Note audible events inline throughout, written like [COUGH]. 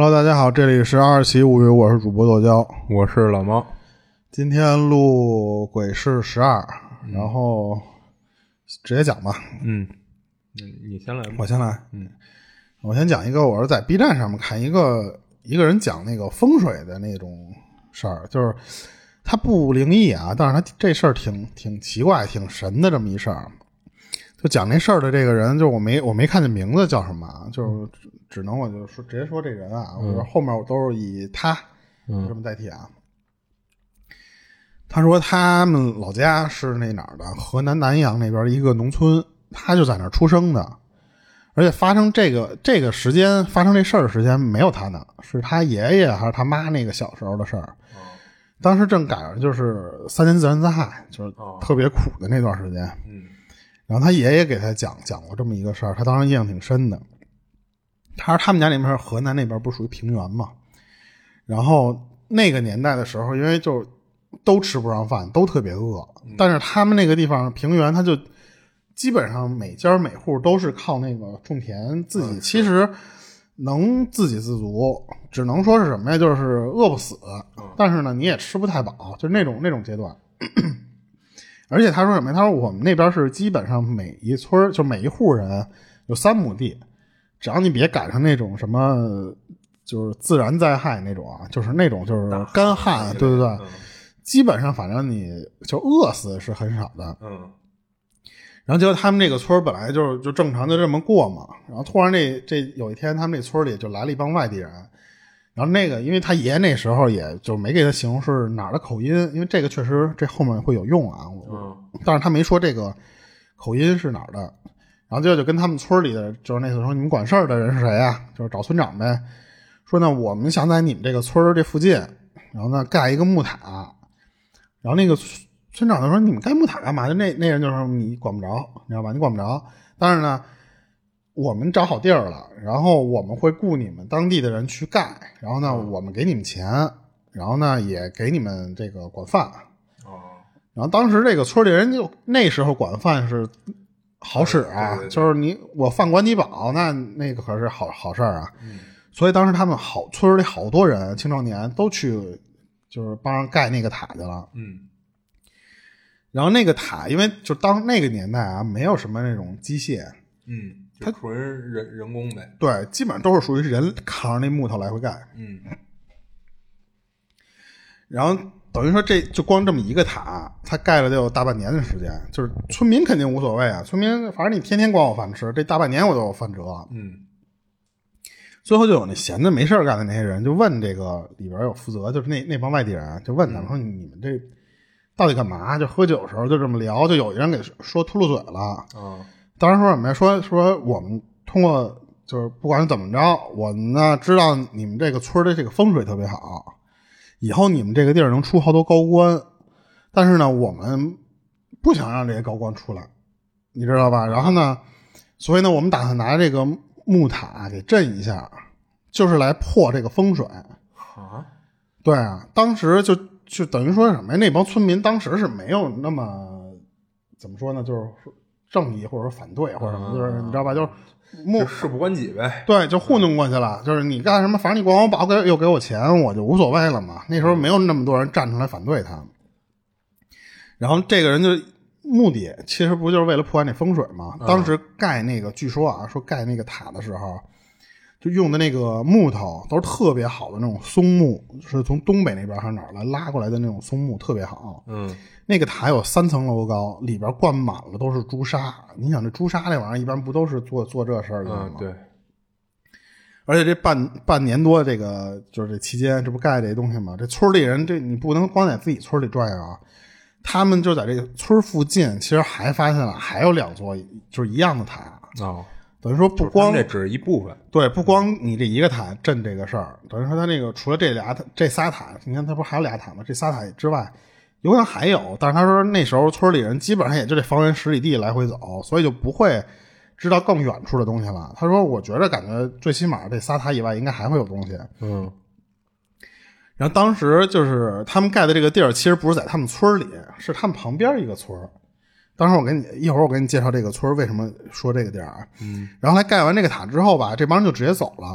Hello，大家好，这里是《二期物语》，我是主播剁椒。我是老猫，今天录《鬼市十二》，然后直接讲吧，嗯，你你先来吧，我先来。嗯，我先讲一个，我是在 B 站上面看一个一个人讲那个风水的那种事儿，就是他不灵异啊，但是他这事儿挺挺奇怪、挺神的这么一事儿。就讲那事儿的这个人，就是我没我没看见名字叫什么啊，就是只只能我就说直接说这人啊，我说后面我都是以他嗯这么代替啊。他说他们老家是那哪儿的，河南南阳那边的一个农村，他就在那儿出生的。而且发生这个这个时间发生这事儿的时间没有他呢，是他爷爷还是他妈那个小时候的事儿。当时正赶上就是三年自然灾害，就是特别苦的那段时间。嗯，然后他爷爷给他讲讲过这么一个事儿，他当时印象挺深的。他说他们家那边河南那边不属于平原嘛，然后那个年代的时候，因为就都吃不上饭，都特别饿，但是他们那个地方平原，他就基本上每家每户都是靠那个种田自己，其实能自给自足，只能说是什么呀，就是饿不死，但是呢你也吃不太饱，就是那种那种阶段。而且他说什么呀？他说我们那边是基本上每一村儿就每一户人有三亩地，只要你别赶上那种什么就是自然灾害那种啊，就是那种就是干旱，对对对，基本上反正你就饿死是很少的。嗯然后结果他们这个村儿本来就是就正常就这么过嘛，然后突然这这有一天他们这村儿里就来了一帮外地人，然后那个因为他爷那时候也就没给他形容是哪儿的口音，因为这个确实这后面会有用啊，我嗯但是他没说这个口音是哪儿的。然后结果就跟他们村里的，就是那次说你们管事儿的人是谁呀、就是找村长呗。说呢，我们想在你们这个村儿这附近，然后呢盖一个木塔。然后那个村村长就说：“你们盖木塔干嘛？”就那那人就说：“你管不着，你知道吧？你管不着。但是呢，我们找好地儿了，然后我们会雇你们当地的人去盖。然后呢，我们给你们钱，然后呢也给你们这个管饭。哦，然后当时这个村里人就那时候管饭是好使啊，嗯对对对就是你我饭管你饱，那那个可是好好事儿啊。嗯所以当时他们好村里好多人青少年都去，就是帮人盖那个塔去了。嗯然后那个塔，因为就当那个年代啊，没有什么那种机械，嗯，它纯人人工呗，对，基本上都是属于人扛着那木头来回盖。嗯然后等于说这就光这么一个塔，他盖了得有大半年的时间。就是村民肯定无所谓啊，村民反正你天天管我饭吃，这大半年我都有饭辙。嗯最后就有那闲的没事儿干的那些人，就问这个里边有负责，就是那那帮外地人，就问他们说：“你们这到底干嘛？”就喝酒的时候就这么聊，就有一人给说秃噜嘴了。啊当时说什么呀？说说我们通过就是不管怎么着，我们呢知道你们这个村儿的这个风水特别好，以后你们这个地儿能出好多高官，但是呢，我们不想让这些高官出来，你知道吧？然后呢，所以呢，我们打算拿这个木塔给震一下，就是来破这个风水。啊，对啊，当时就就等于说什么呀？那帮村民当时是没有那么怎么说呢，就是正义或者说反对或者什么，就是你知道吧？就是木就事不关己呗，对，就糊弄过去了。就是你干什么，反正你管我把我给又给我钱，我就无所谓了嘛。那时候没有那么多人站出来反对他。然后这个人就目的其实不就是为了破坏那风水嘛？嗯当时盖那个，据说啊，说盖那个塔的时候，就用的那个木头都是特别好的那种松木，是从东北那边还是哪儿来拉过来的那种松木，特别好。嗯那个塔有三层楼高，里边灌满了都是朱砂。你想这朱砂这玩意儿一般不都是做做这事儿的吗？嗯对，而且这半半年多，这个就是这期间，这不盖这东西吗？这村里人，这你不能光在自己村里转悠啊。他们就在这个村附近，其实还发现了还有两座就是一样的塔，哦，等于说不光光这只是一部分，对，不光你这一个塔镇这个事儿，等于说他那个除了这俩塔这仨塔，你看他不是还有俩塔吗？这仨塔之外，有可能还有，但是他说那时候村里人基本上也就这方圆十里地来回走，所以就不会知道更远处的东西了。他说，我觉着感觉最起码这仨塔以外应该还会有东西。嗯然后当时就是他们盖的这个地儿，其实不是在他们村儿里，是他们旁边一个村儿。当时我给你一会儿我给你介绍这个村儿为什么说这个地儿啊。嗯。然后来盖完这个塔之后吧，这帮人就直接走了。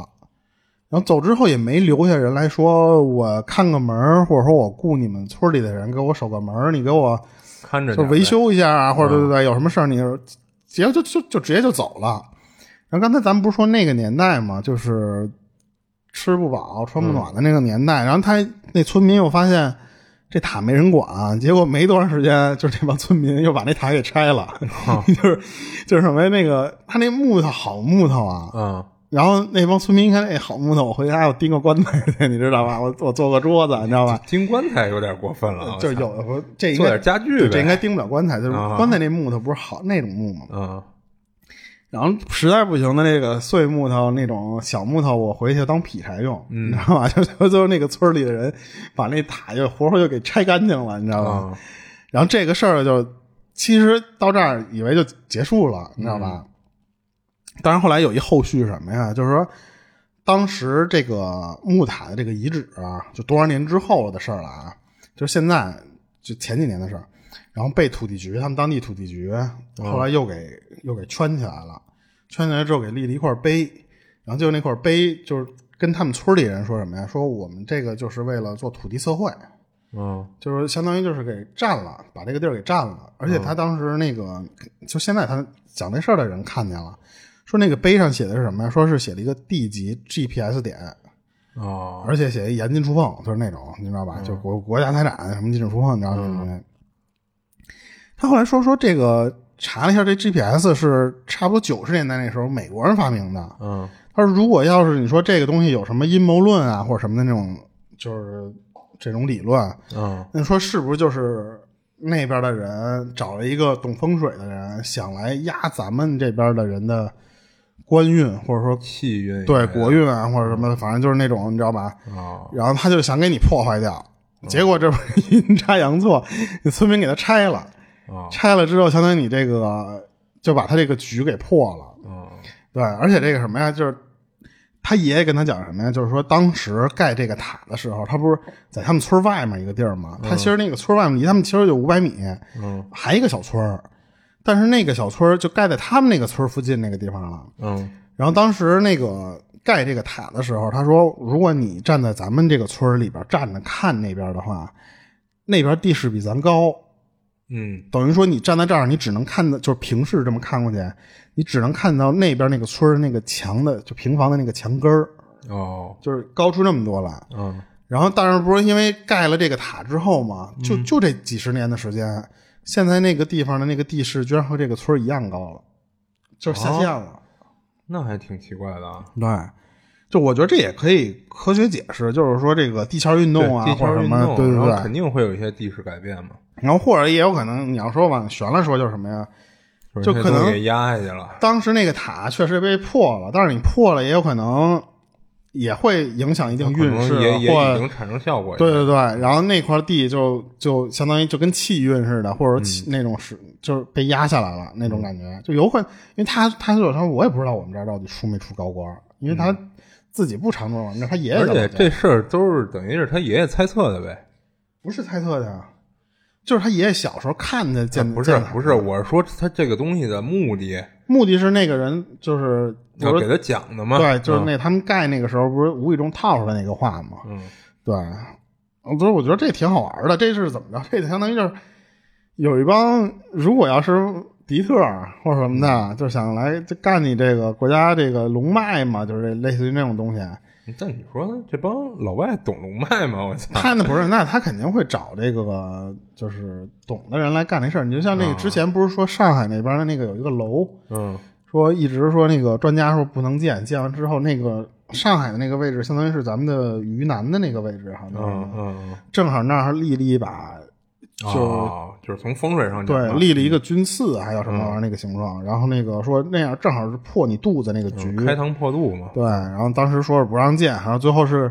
然后走之后也没留下人来说，我看个门儿，或者说我雇你们村里的人给我守个门儿，你给我看着就点儿呗维，修一下啊，或者对对嗯对，有什么事儿你结果就就就直接就走了。然后刚才咱们不是说那个年代嘛，就是吃不饱穿不暖的那个年嗯代，然后他那村民又发现这塔没人管，结果没多长时间，就是这帮村民又把那塔给拆了，哦 [LAUGHS] 就是就是什么呀？那个他那木头好木头啊，嗯，然后那帮村民一看，哎，好木头，我回家我钉个棺材去，你知道吧？我我做个桌子，你知道吧？钉棺材有点过分了，就是我有的时候这操应哦该做点家具呗，这应该钉不了棺材，就是啊棺材那木头不是好那种木嘛。嗯然后实在不行的那个碎木头那种小木头，我回去当劈柴用，嗯你知道吧？ [LAUGHS] 就就最后那个村里的人把那塔又活活就给拆干净了，你知道吧？嗯然后这个事儿就其实到这儿以为就结束了，你知道吧？当然后来有一后续什么呀？就是说，当时这个木塔的这个遗址啊，就多少年之后的事儿了啊，就是现在就前几年的事儿，然后被土地局他们当地土地局后来又给、又给圈起来了，圈起来之后给立了一块碑，然后就那块碑就是跟他们村里人说什么呀？说我们这个就是为了做土地测绘，嗯就是相当于就是给占了，把这个地儿给占了。而且他当时那个，就现在他讲这事儿的人看见了，说那个碑上写的是什么呀？说是写了一个地级 GPS 点，哦，而且写一严禁触碰，就是那种你知道吧？就国国家财产什么禁止触碰，你知道吗？他后来说说这个查了一下，这 GPS 是差不多九十年代那时候美国人发明的，嗯他说，如果要是你说这个东西有什么阴谋论啊，或者什么的那种，就是这种理论，嗯那说是不是就是那边的人找了一个懂风水的人，想来压咱们这边的人的官运，或者说气运对国运啊，或者什么的，反正就是那种你知道吧？啊，然后他就想给你破坏掉，结果这不是阴差阳错，你村民给他拆了，哦拆了之后，相当于你这个就把他这个局给破了。嗯对，而且这个什么呀，就是他爷爷跟他讲什么呀，就是说当时盖这个塔的时候，他不是在他们村外面一个地儿吗？他其实那个村外面离他们其实就五百米，嗯还一个小村儿，但是那个小村儿就盖在他们那个村儿附近那个地方了。嗯然后当时那个盖这个塔的时候，他说，如果你站在咱们这个村儿里边站着看那边的话，那边地势比咱高，嗯等于说你站在这儿，你只能看到就是平视这么看过去，你只能看到那边那个村儿那个墙的就平房的那个墙根儿，哦就是高出那么多来。嗯然后，但是不是因为盖了这个塔之后嘛，嗯就就这几十年的时间，现在那个地方的那个地势居然和这个村儿一样高了，就是下降哦了。那还挺奇怪的啊，对，就我觉得这也可以科学解释，就是说这个地壳运动啊对地或者壳什运么，动，对对然后对，肯定会有一些地势改变嘛，然后或者也有可能你要说往悬了说就是什么呀，就是就那可东西能给压下去了，当时那个塔确实被破了，但是你破了也有可能也会影响一定可运势能，嗯也也已或经产生效果了，对对对，然后那块地就就相当于就跟气运似的，或者说嗯气那种是、就是被压下来了那种感觉，就有可能，因为他他就说我也不知道我们这儿到底出没出高官，因为他自己不常住往这儿，他爷爷嗯而在老且家这事儿都是等于是他爷爷猜测的呗，不是猜测的啊，就是他爷爷小时候看的见、啊不是见的嗯不是，我是说他这个东西的目的，目的是那个人就是我要说给他讲的嘛，对，就是那他们盖那个时候不是无意中套出来那个话吗？嗯对，我觉得我觉得这挺好玩的。这是怎么着？这相当于就是有一帮如果要是敌特儿或者什么的，就想来就干你这个国家这个龙脉嘛，就是类似于那种东西。嗯，但你说这帮老外懂龙脉吗？我操，他那不是，那他肯定会找这个就是懂的人来干这事儿。你就像那个之前不是说上海那边的那个有一个楼，嗯说一直说那个专家说不能建，建完之后那个上海的那个位置，相当于是咱们的榆南的那个位置，好像、嗯嗯，正好那儿立了一把，嗯就哦就是从风水上讲对，嘛立了一个军刺，还有什么嗯玩意儿那个形状，然后那个说那样正好是破你肚子那个局，嗯开膛破肚嘛，对，然后当时说是不让建，然后最后是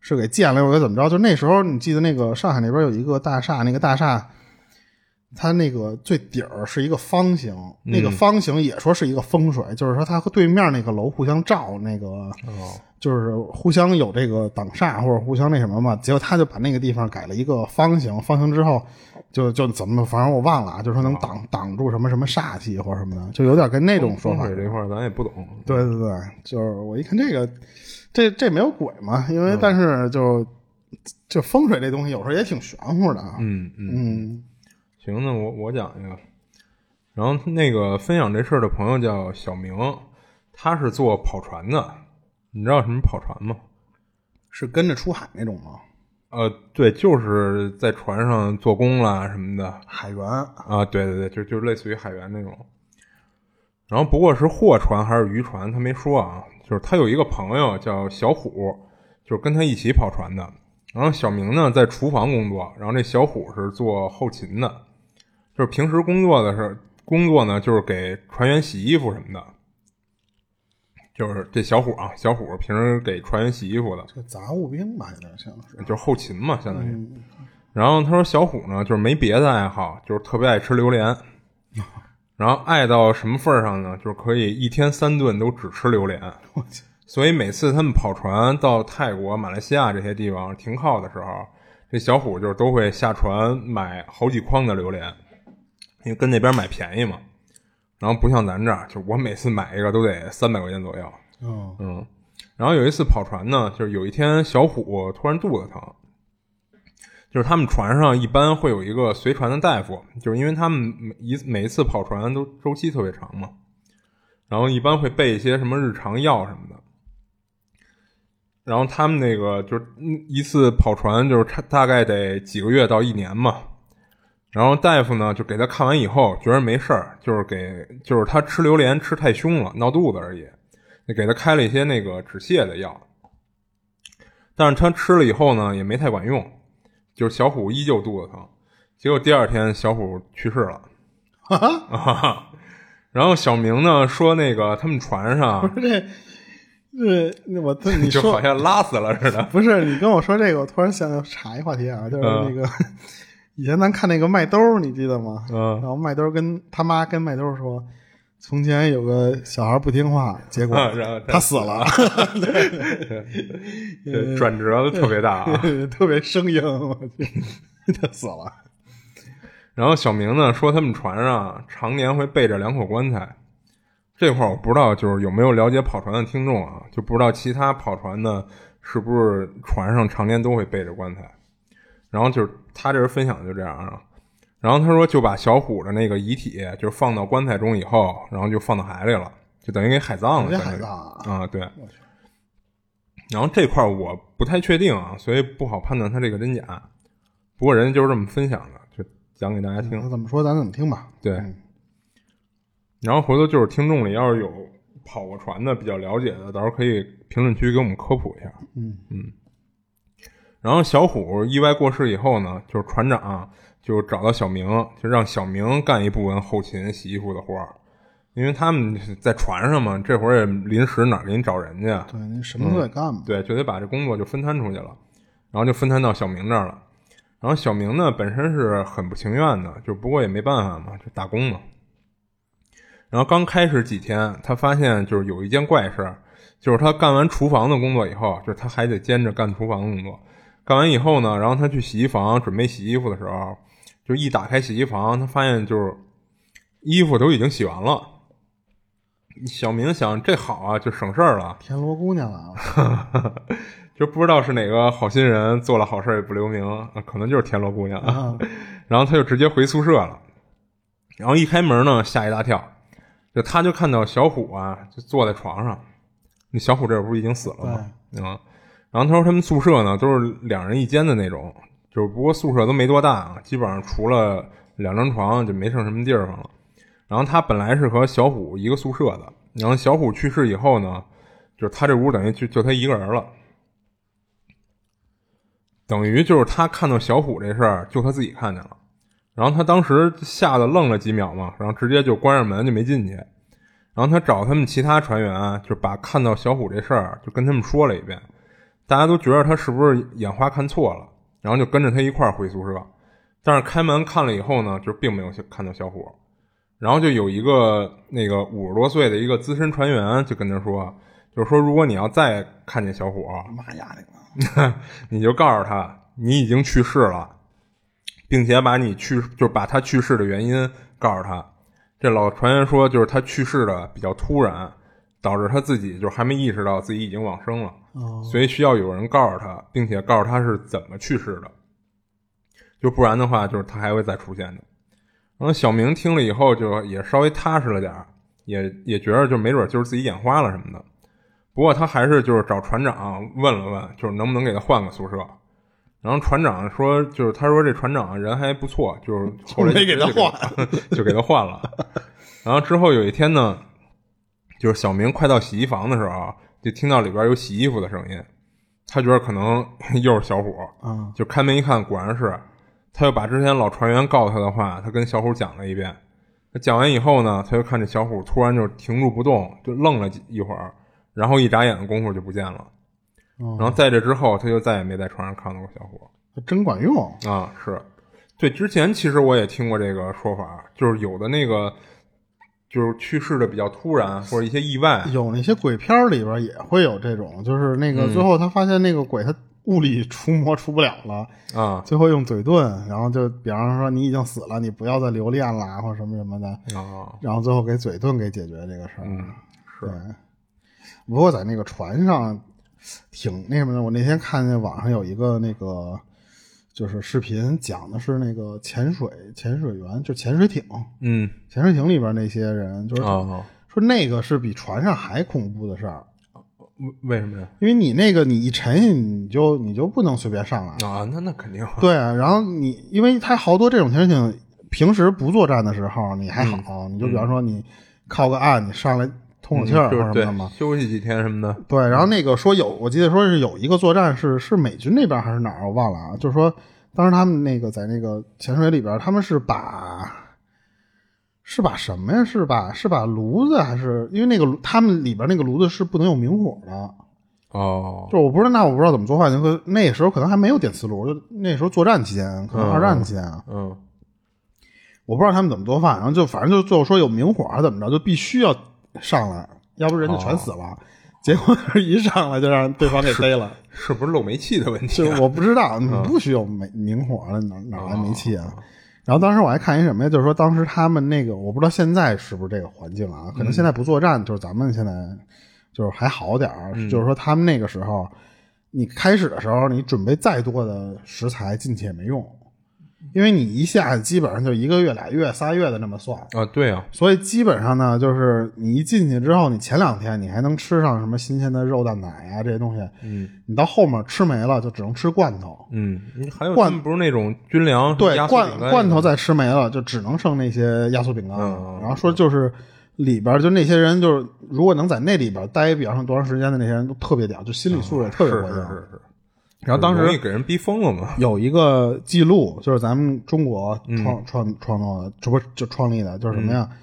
是给建了，又给怎么着？就那时候你记得那个上海那边有一个大厦，那个大厦。它那个最底儿是一个方形，那嗯个方形也说是一个风水，就是说它和对面那个楼互相照，那个哦就是互相有这个挡煞或者互相那什么嘛，结果他就把那个地方改了一个方形，方形之后就就怎么，反正我忘了啊，就说能哦挡挡住什么什么煞气或者什么的，就有点跟那种说风法。水这块儿咱也不懂，对对对，就是我一看这个，这这没有鬼嘛，因嗯为但是就、就风水这东西有时候也挺玄乎的啊。嗯嗯，嗯行，那我我讲一个。然后那个分享这事儿的朋友叫小明，他是做跑船的。你知道什么跑船吗？是跟着出海那种吗？呃，对，就是在船上做工啦什么的。海员啊，对对对，就就类似于海员那种。然后不过是货船还是渔船，他没说啊。就是他有一个朋友叫小虎，就是跟他一起跑船的。然后小明呢在厨房工作，然后这小虎是做后勤的，就是平时工作的是工作呢，就是给船员洗衣服什么的。就是这小虎啊，小虎平时给船员洗衣服的，这杂务兵吧，有点像是。就是后勤嘛，相当于。然后他说小虎呢，就是没别的爱好，就是特别爱吃榴莲。然后爱到什么份儿上呢？就是可以一天三顿都只吃榴莲。我去，所以每次他们跑船到泰国、马来西亚这些地方停靠的时候，这小虎就是都会下船买好几筐的榴莲，因为跟那边买便宜嘛。然后不像咱这儿，就我每次买一个都得三百块钱左右。嗯嗯，然后有一次跑船呢，就是有一天小虎突然肚子疼，就是他们船上一般会有一个随船的大夫，就是因为他们每一每一次跑船都周期特别长嘛，然后一般会备一些什么日常药什么的。然后他们那个就是嗯一次跑船就是差大概得几个月到一年嘛，然后大夫呢就给他看完以后觉得没事儿，就是给就是他吃榴莲吃太凶了闹肚子而已，就给他开了一些那个止泻的药，但是他吃了以后呢，也没太管用，就是小虎依旧肚子疼。结果第二天小虎去世了，哈哈，啊哈哈。 [LAUGHS] 然后小明呢说那个他们船上不是这这那我这你 [LAUGHS] 就说好像拉死了似的，不是你跟我说这个，我突然想插一话题啊，就是嗯那个、以前咱看那个麦兜，你记得吗？然嗯，后麦兜跟他妈跟麦兜说，从前有个小孩不听话，结果 [LAUGHS] 啊然后他他死了，这转折特别大啊。 [LAUGHS] [LAUGHS] 特别生硬，我去， [LAUGHS] 他死了。 [LAUGHS] 然后小明呢说他们船上常年会备着两口棺材，这块儿我不知道就是有没有了解跑船的听众啊，就不知道其他跑船的是不是船上常年都会备着棺材。然后就是他这人分享就这样啊，然后他说就把小虎的那个遗体就放到棺材中以后，然后就放到海里了，就等于给海葬了，人家海相当于葬啊，啊，对我去。然后这块儿我不太确定啊，所以不好判断它这个真假。不过人家就是这么分享的，就讲给大家听。他怎么说咱怎么听吧。对，然后回头就是听众里要是有跑过船的比较了解的，到时候可以评论区给我们科普一下。嗯然后小虎意外过世以后呢，就是船长、啊就找到小明，就让小明干一部分后勤洗衣服的活儿，因为他们在船上嘛，这会儿也临时哪儿给你找人去啊？对，您什么都得干嘛。对，就得把这工作就分摊出去了，然后就分摊到小明这儿了。然后小明呢，本身是很不情愿的，就不过也没办法嘛，就打工嘛。然后刚开始几天，他发现就是有一件怪事儿，就是他干完厨房的工作以后，就是他还得兼着干厨房的工作。干完以后呢，然后他去洗衣房准备洗衣服的时候，就一打开洗衣房，他发现就是衣服都已经洗完了。小明想，这好啊，就省事儿了。田螺姑娘 [LAUGHS] 啊，就不知道是哪个好心人做了好事也不留名，啊可能就是田螺姑娘。啊 [LAUGHS] 然后他就直接回宿舍了。然后一开门呢，吓一大跳，就他就看到小虎啊，就坐在床上。那小虎这会儿不是已经死了吗？啊、然后他说他们宿舍呢都是两人一间的那种，就是不过宿舍都没多大啊，基本上除了两张床就没剩什么地儿方了。然后他本来是和小虎一个宿舍的，然后小虎去世以后呢，就是他这屋等于就就他一个人了。等于就是他看到小虎这事儿，就他自己看见了。然后他当时吓得愣了几秒嘛，然后直接就关上门就没进去。然后他找他们其他船员啊，就把看到小虎这事儿就跟他们说了一遍，大家都觉得他是不是眼花看错了，然后就跟着他一块儿回宿舍。但是开门看了以后呢，就并没有看到小虎。然后就有一个那个五十多岁的一个资深船员就跟他说，就是说如果你要再看见小虎，啊妈呀，那个你就告诉他你已经去世了，并且把你去就把他去世的原因告诉他。这老船员说，就是他去世的比较突然，导致他自己就还没意识到自己已经往生了，哦，所以需要有人告诉他，并且告诉他是怎么去世的，就不然的话，就是他还会再出现的。然后小明听了以后，就也稍微踏实了点儿，也也觉得就没准就是自己眼花了什么的。不过他还是就是找船长问了问，就是能不能给他换个宿舍。然后船长说，就是他说这船长人还不错，就是后 [LAUGHS] 来没给他换， [LAUGHS] 就给他换了。然后之后有一天呢，就是小明快到洗衣房的时候啊，就听到里边有洗衣服的声音，他觉得可能 [LAUGHS] 又是小伙儿，啊，就开门一看，果然是，他又把之前老船员告他的话，他跟小虎讲了一遍。他讲完以后呢，他就看这小虎突然就停住不动，就愣了几一会儿，然后一眨眼的功夫就不见了。哦然后在这之后，他就再也没在船上看到过小虎真管用啊。是，对，之前其实我也听过这个说法，就是有的那个就是去世的比较突然，或者一些意外，有那些鬼片儿里边也会有这种，就是那个最后他发现那个鬼他物理除魔除不了了，啊最后用嘴遁，然后就比方说你已经死了，你不要再留恋啦，或者什么什么的，啊，然后最后给嘴遁给解决这个事儿。嗯，对。不过在那个船上挺那什么的，我那天看见网上有一个那个就是视频，讲的是那个潜水潜水员，就潜水艇嗯潜水艇里边那些人，就是啊，说那个是比船上还恐怖的事儿，为为什么呀？因为你那个你一沉下去，你就你就不能随便上来。啊，那那肯定啊对啊，然后你因为它好多这种潜水艇，平时不作战的时候你还好，嗯你就比方说你靠个岸，你上来通口气儿就或者什么是对的嘛。休息几天什么的，对，然后那个说有，我记得说是有一个作战是是美军那边还是哪儿，我忘了啊。就是说当时他们那个在那个潜水里边，他们是把是把什么呀？是把是把炉子还是因为那个炉他们里边那个炉子是不能有明火的。哦，就是我不知道，那我不知道怎么做饭。就和那时候可能还没有电磁炉，就那时候作战期间，可能嗯二战期间啊，嗯，我不知道他们怎么做饭。然后就反正就最后说有明火还是怎么着，就必须要上来，要不人就全死了。结果 [LAUGHS] 一上来就让对方给飞了。哦是不是漏煤气的问就题、啊？是我不知道，你不许有煤明火了，哪哪来煤气嗯啊？然后当时我还看一什么呀？就是说当时他们那个，我不知道现在是不是这个环境嗯啊？可能现在不作战，就是咱们现在就是还好点儿。嗯就是说他们那个时候，你开始的时候，你准备再多的食材进去也没用，因为你一下基本上就一个月、俩月、仨月的那么算。啊，对啊，所以基本上呢，就是你一进去之后，你前两天你还能吃上什么新鲜的肉蛋奶啊这些东西，嗯你到后面吃没了，就只能吃罐头。嗯，还有罐他们不是那种军粮对，压缩罐饼干罐头再吃没了，就只能剩那些压缩饼干。嗯然后说就是里边儿就那些人，就是如果能在那里边儿待，比方说多长时间的那些人都特别屌，就心理素质也特别嗯是活是跃。是是，然后当容易时给人逼疯了嘛，有一个记录，就是咱们中国嗯创、创创造的，这不是就创立的，就是什么呀？嗯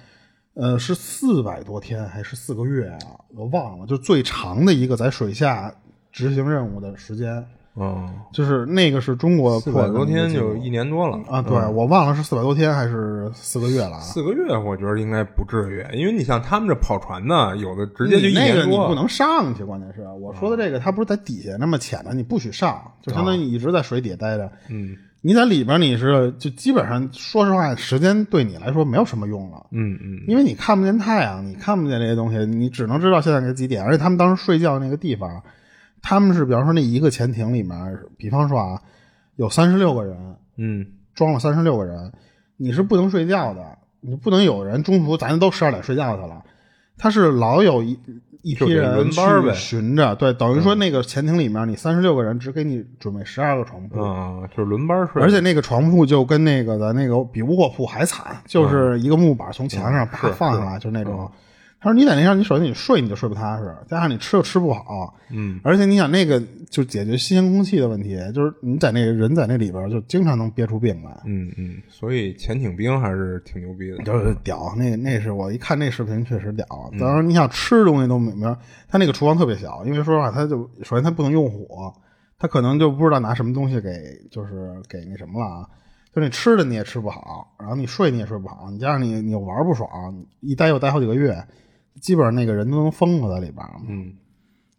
呃，是四百多天还是四个月啊？我忘了，就最长的一个在水下执行任务的时间，嗯，就是那个是中国四破百的多那个天记录就一年多了啊，对，我忘了是四百多天还是四个月了啊。四个月，我觉得应该不至于，因为你像他们这跑船呢，有的直接就一你嗯那个年你不多，能上去，关键是我说的这个，它不是在底下那么浅的，你不许上，就相当于你一直在水底下待着。啊嗯你在里边你是就基本上，说实话，时间对你来说没有什么用了，嗯嗯，因为你看不见太阳，你看不见这些东西，你只能知道现在给几点。而且他们当时睡觉那个地方，他们是比方说那一个潜艇里面，比方说啊，有三十六个人，嗯装了三十六个人，你是不能睡觉的，你不能有人中途咱都十二点睡觉去了。他是老有一一批就得人轮去班儿呗嗯巡着，对，等于说那个潜艇里面你三十六个人只给你准备十二个床铺，嗯，就是轮班睡，而且那个床铺就跟那个咱那个比卧铺还惨，就是一个木板从墙上啪嗯是嗯放上来，就是那种。他说：“你在那上，你首先你睡你就睡不踏实，加上你吃又吃不好，嗯，而且你想那个就解决新鲜空气的问题，就是你在那个人在那里边就经常能憋出病来。嗯嗯，所以潜艇兵还是挺牛逼的，就是屌，那那是我一看那视频确实屌。当然你想吃东西都没没有，他那个厨房特别小，因为说实话，他就首先他不能用火，他可能就不知道拿什么东西给就是给那什么了啊。就你吃的你也吃不好，然后你睡你也睡不好，你加上你你又玩不爽，你一待又待好几个月，基本上那个人都能疯了在里边儿。嗯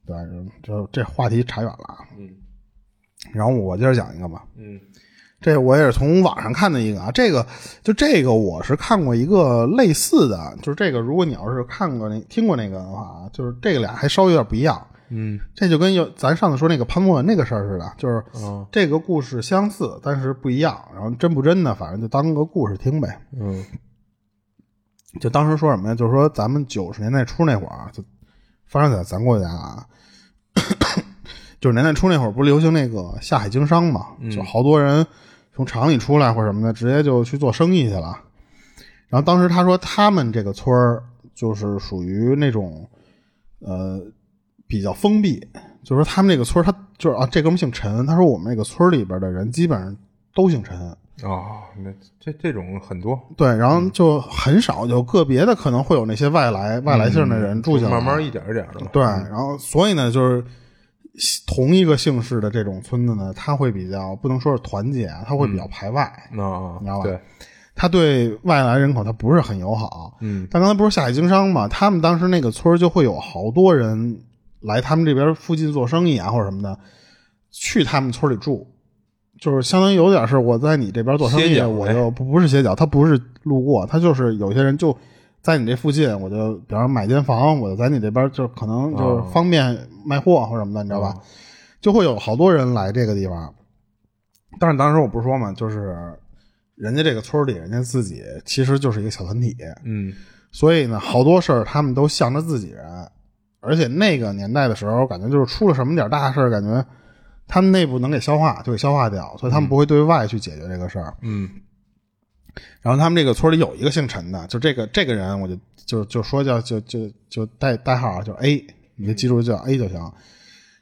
对，就这话题扯远了啊。嗯然后我接着讲一个吧，嗯这我也是从网上看的一个啊，这个就这个我是看过一个类似的，啊就是这个如果你要是看过那听过那个的话啊，就是这个俩还稍微有点不一样。嗯这就跟有咱上次说那个潘博文那个事儿似的，就是啊这个故事相似，但是不一样。然后真不真的，反正就当个故事听呗。嗯就当时说什么呀？就是说咱们九十年代初那会儿啊，就发生在咱国家啊，九十年代初那会儿不是流行那个下海经商嘛？就好多人从厂里出来或者什么的，直接就去做生意去了。然后当时他说他们这个村儿就是属于那种呃比较封闭，就是说他们这个村儿，他就是啊，这哥们儿姓陈，他说我们那个村儿里边的人基本上都姓陈。啊，那这这种很多，对，然嗯后就很少有个别的可能会有那些外来外来姓的人住进来，嗯慢慢一点一点的嘛。对，然后所以呢，就是同一个姓氏的这种村子呢，它会比较不能说是团结啊，它会嗯比较排外，啊你知道，吧对，它对外来人口它不是很友好。嗯但刚才不是下海经商嘛，他们当时那个村儿就会有好多人来他们这边附近做生意啊或者什么的，去他们村里住。就是相当于有点是我在你这边做生歇意，脚呗我就不不是歇脚，他不是路过，他就是有些人就在你这附近，我就比方说买间房，我就在你这边就可能就是哦方便卖货或者什么的，你知道吧？就会有好多人来这个地方。但是当时我不是说嘛，就是人家这个村儿里，人家自己其实就是一个小团体，嗯所以呢，好多事儿他们都向着自己人，而且那个年代的时候，感觉就是出了什么点儿大事儿，感觉他们内部能给消化就给消化掉，所以他们不会对外去解决这个事儿。嗯然后他们这个村里有一个姓陈的，就这个这个人，我就就就说叫就就就代代号啊，就是 A，你就记住叫 A 就行。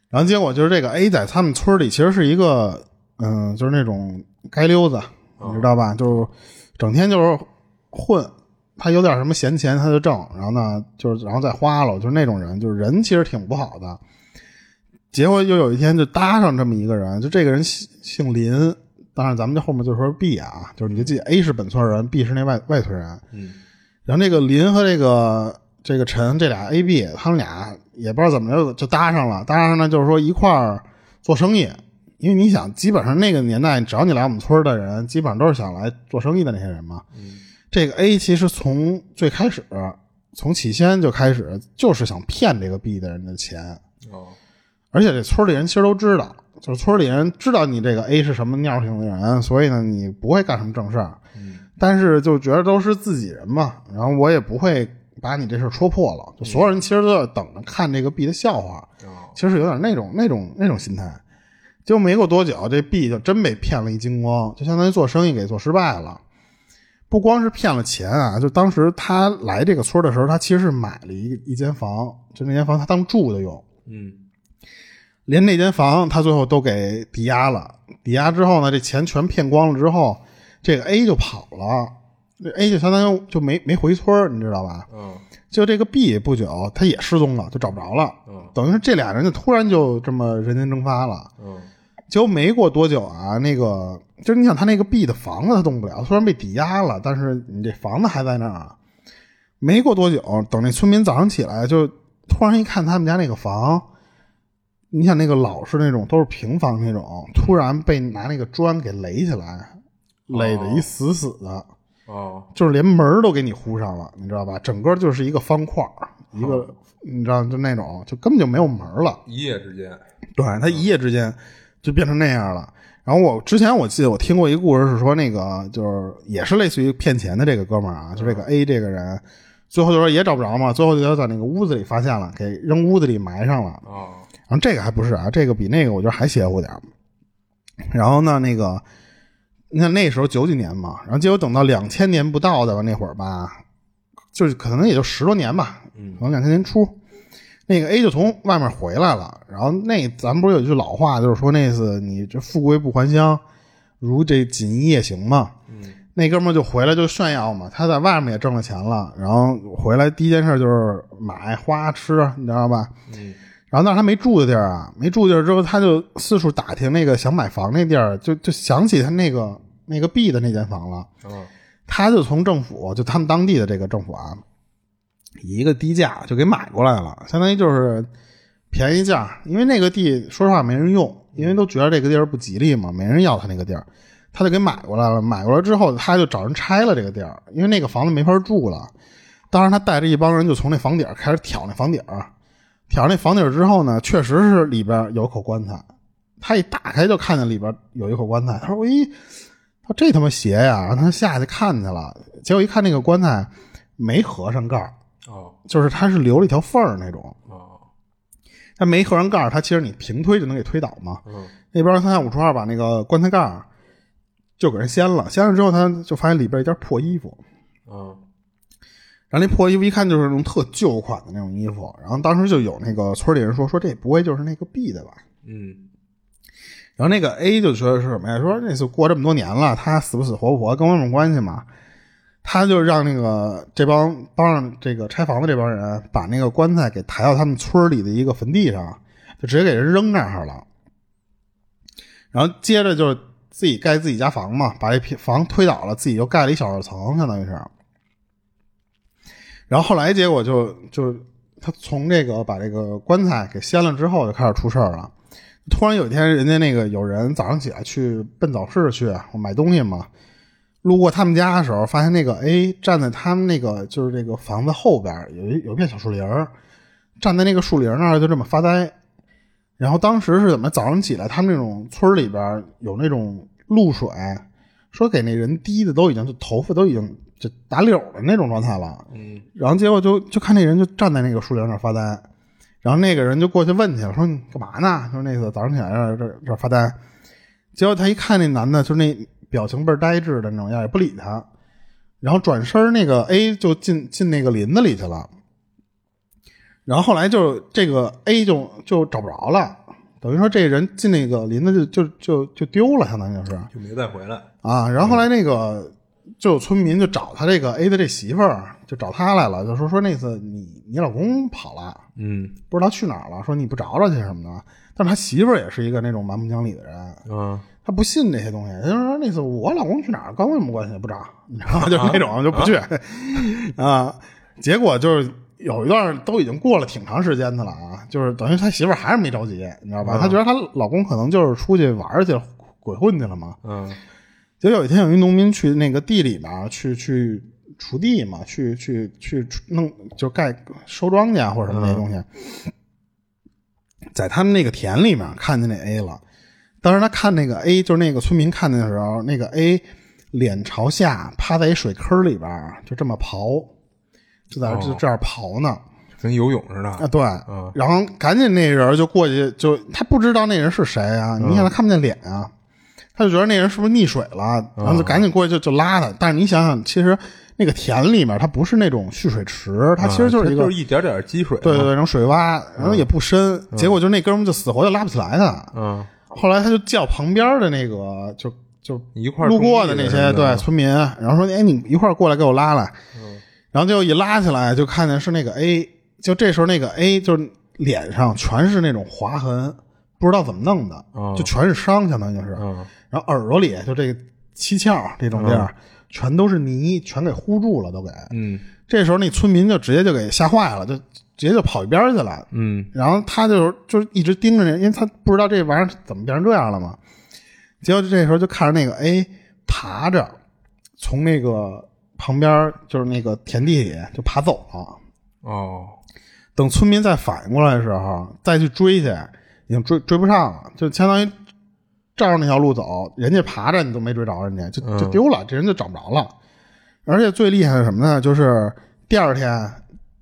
然后结果就是这个 A 在他们村里其实是一个，嗯，就是那种街溜子，你知道吧？就是整天就是混，他有点什么闲钱他就挣，然后呢就是然后再花了，就是那种人，就是人其实挺不好的。结果又有一天就搭上这么一个人，就这个人姓姓林，当然咱们就后面就说 B 啊，就是你就记 A 是本村人，B 是那外外村人。嗯然后这个林和这个这个陈这俩 A、B，他们俩也不知道怎么着就搭上了，搭上呢就是说一块儿做生意，因为你想，基本上那个年代，只要你来我们村儿的人，基本上都是想来做生意的那些人嘛。这个 A 其实从最开始，从起先就开始就是想骗这个 B 的人的钱，哦而且这村里人其实都知道，就是村里人知道你这个 A 是什么尿性的人，所以呢，你不会干什么正事儿。但是就觉得都是自己人嘛，然后我也不会把你这事儿戳破了。就所有人其实都在等着看这个 B 的笑话，哦其实是有点那种那种那种心态。结果没过多久，这 B 就真被骗了一精光，就相当于做生意给做失败了。不光是骗了钱啊，就当时他来这个村儿的时候，他其实是买了一一间房，就那间房他当住的用。嗯连那间房他最后都给抵押了。抵押之后呢，这钱全骗光了之后，这个 A 就跑了，这 A 就相当于就没没回村儿你知道吧？哦就这个 B 不久他也失踪了，就找不着了。哦等于是这俩人就突然就这么人间蒸发了。哦结果没过多久啊，那个就是你想他那个 B 的房子他动不了，虽然被抵押了，但是你这房子还在那儿啊。没过多久，等那村民早上起来，就突然一看他们家那个房，你想那个老式那种都是平房那种，突然被拿那个砖给垒起来，垒的一死死的，哦就是连门儿都给你糊上了，你知道吧？整个就是一个方块儿，一个、你知道就那种就根本就没有门儿了。一夜之间，对，它一夜之间就变成那样了。然后我之前我记得我听过一个故事，是说那个就是也是类似于骗钱的这个哥们儿啊，就这个 A 这个人，最后就说也找不着嘛，最后就在那个屋子里发现了，给扔屋子里埋上了。哦然后这个还不是啊，这个比那个我觉得还邪乎点儿然后呢，那个那那时候九几年嘛，然后结果等到两千年不到的吧，那会儿吧，就是可能也就十多年吧，嗯可能两千年初，那个 A 就从外面回来了。然后那咱们不是有一句老话，就是说那次你这富贵不还乡，如这锦衣夜行嘛。嗯那哥们儿就回来就炫耀嘛，他在外面也挣了钱了，然后回来第一件事就是买花吃，你知道吧？嗯然后但是他没住的地儿啊，没住地儿之后，他就四处打听那个想买房那地儿，就就想起他那个那个 B 的那间房了。哦他就从政府，就他们当地的这个政府啊，以一个低价就给买过来了，相当于就是便宜价。因为那个地说实话没人用，因为都觉得这个地儿不吉利嘛，没人要他那个地儿。他就给买过来了。买过来之后，他就找人拆了这个地儿，因为那个房子没法住了。当时他带着一帮人就从那房顶儿开始挑那房顶儿，挑那房顶儿之后呢，确实是里边有口棺材。他一打开就看见里边有一口棺材，他说：“哎咦，他说这他妈邪呀！”然后他下去看去了，结果一看那个棺材没合上盖儿，哦就是它是留了一条缝儿那种。哦，它没合上盖儿，它其实你平推就能给推倒嘛。嗯那边三下五除二把那个棺材盖儿就给人掀了，掀了之后他就发现里边一件破衣服，嗯然后那破衣服一看就是那种特旧款的那种衣服，然后当时就有那个村里人说说这不会就是那个 B 的吧？嗯然后那个 A 就觉得是什么呀？说那次过这么多年了，他死不死活不活跟我有什么关系嘛？他就让那个这帮帮上这个拆房子这帮人把那个棺材给抬到他们村里的一个坟地上，就直接给人扔那儿了。然后接着就是自己盖自己家房嘛，把这平房推倒了，自己又盖了一小二层，相当于是。然后后来结果就就他从这个把这个棺材给掀了之后，就开始出事儿了。突然有一天，人家那个有人早上起来去奔早市去我买东西嘛，路过他们家的时候，发现那个 A 站在他们那个就是这个房子后边儿有一有一片小树林儿，站在那个树林儿那儿就这么发呆。然后当时是怎么早上起来，他们那种村儿里边儿有那种露水，说给那人滴的都已经就头发都已经就打绺儿的那种状态了。嗯然后结果就就看那人就站在那个树林那儿发呆，然后那个人就过去问去了，说你干嘛呢？说那个早上起来这这这儿发呆，结果他一看那男的，就那表情倍儿呆滞的那种样，也不理他，然后转身儿那个 A 就进进那个林子里去了，然后后来就这个 A 就就找不着了，等于说这人进那个林子就就就就丢了，相当于就是，就没再回来。啊，然后后来那个就有村民就找他这个 A 的这媳妇儿，就找他来了，就说说那次你你老公跑了，嗯不知道去哪儿了，说你不找找去什么的。但是他媳妇儿也是一个那种蛮不讲理的人，啊他不信这些东西，他就说那次我老公去哪儿跟我有什么关系？不找，你知道吗？ [LAUGHS] 就是那种就不去啊。结果就是有一段都已经过了挺长时间的了啊，就是等于他媳妇儿还是没着急，你知道吧？嗯她觉得她老公可能就是出去玩儿去了鬼混去了嘛。嗯结果有一天，有一农民去那个地里面去去锄地嘛，去去去锄弄就盖收庄稼或者什么那些东西，在他们那个田里面看见那 A 了。当时他看那个 A，就是那个村民看见的时候，那个 A 脸朝下趴在一水坑里边儿，就这么刨，就在这、就这样刨呢。跟游泳似啊，的。对，嗯然后赶紧那人就过去，就他不知道那人是谁啊，你想他看不见脸啊，他就觉得那人是不是溺水了，然后就赶紧过去就就拉他。但是你想想，其实那个田里面它不是那种蓄水池，它其实嗯就是一个、嗯就是一点点积水。对对对，那种水洼，然后也不深，结果就那哥们儿就死活就拉不起来他。嗯，后来他就叫旁边的那个就就一块儿路种地过的那些人对的村民，然后说：“哎，你一块儿过来给我拉来。”嗯然后就一拉起来，就看见是那个 A，就这时候那个 A 就是脸上全是那种划痕，不知道怎么弄的哦，就全是伤，相当于就是。嗯然后耳朵里就这个七窍这种哦地儿，全都是泥，全给糊住了，都给。嗯这时候那村民就直接就给吓坏了，就直接就跑一边儿去了。嗯然后他就就是一直盯着那，因为他不知道这玩意儿怎么变成这样了嘛。结果这时候就看着那个 A 爬着从那个旁边就是那个田地里就爬走了。哦等村民再反应过来的时候，再去追去，已经追追不上了，就相当于照着那条路走，人家爬着你都没追着人家，就就丢了，这人就找不着了。而且最厉害的是什么呢？就是第二天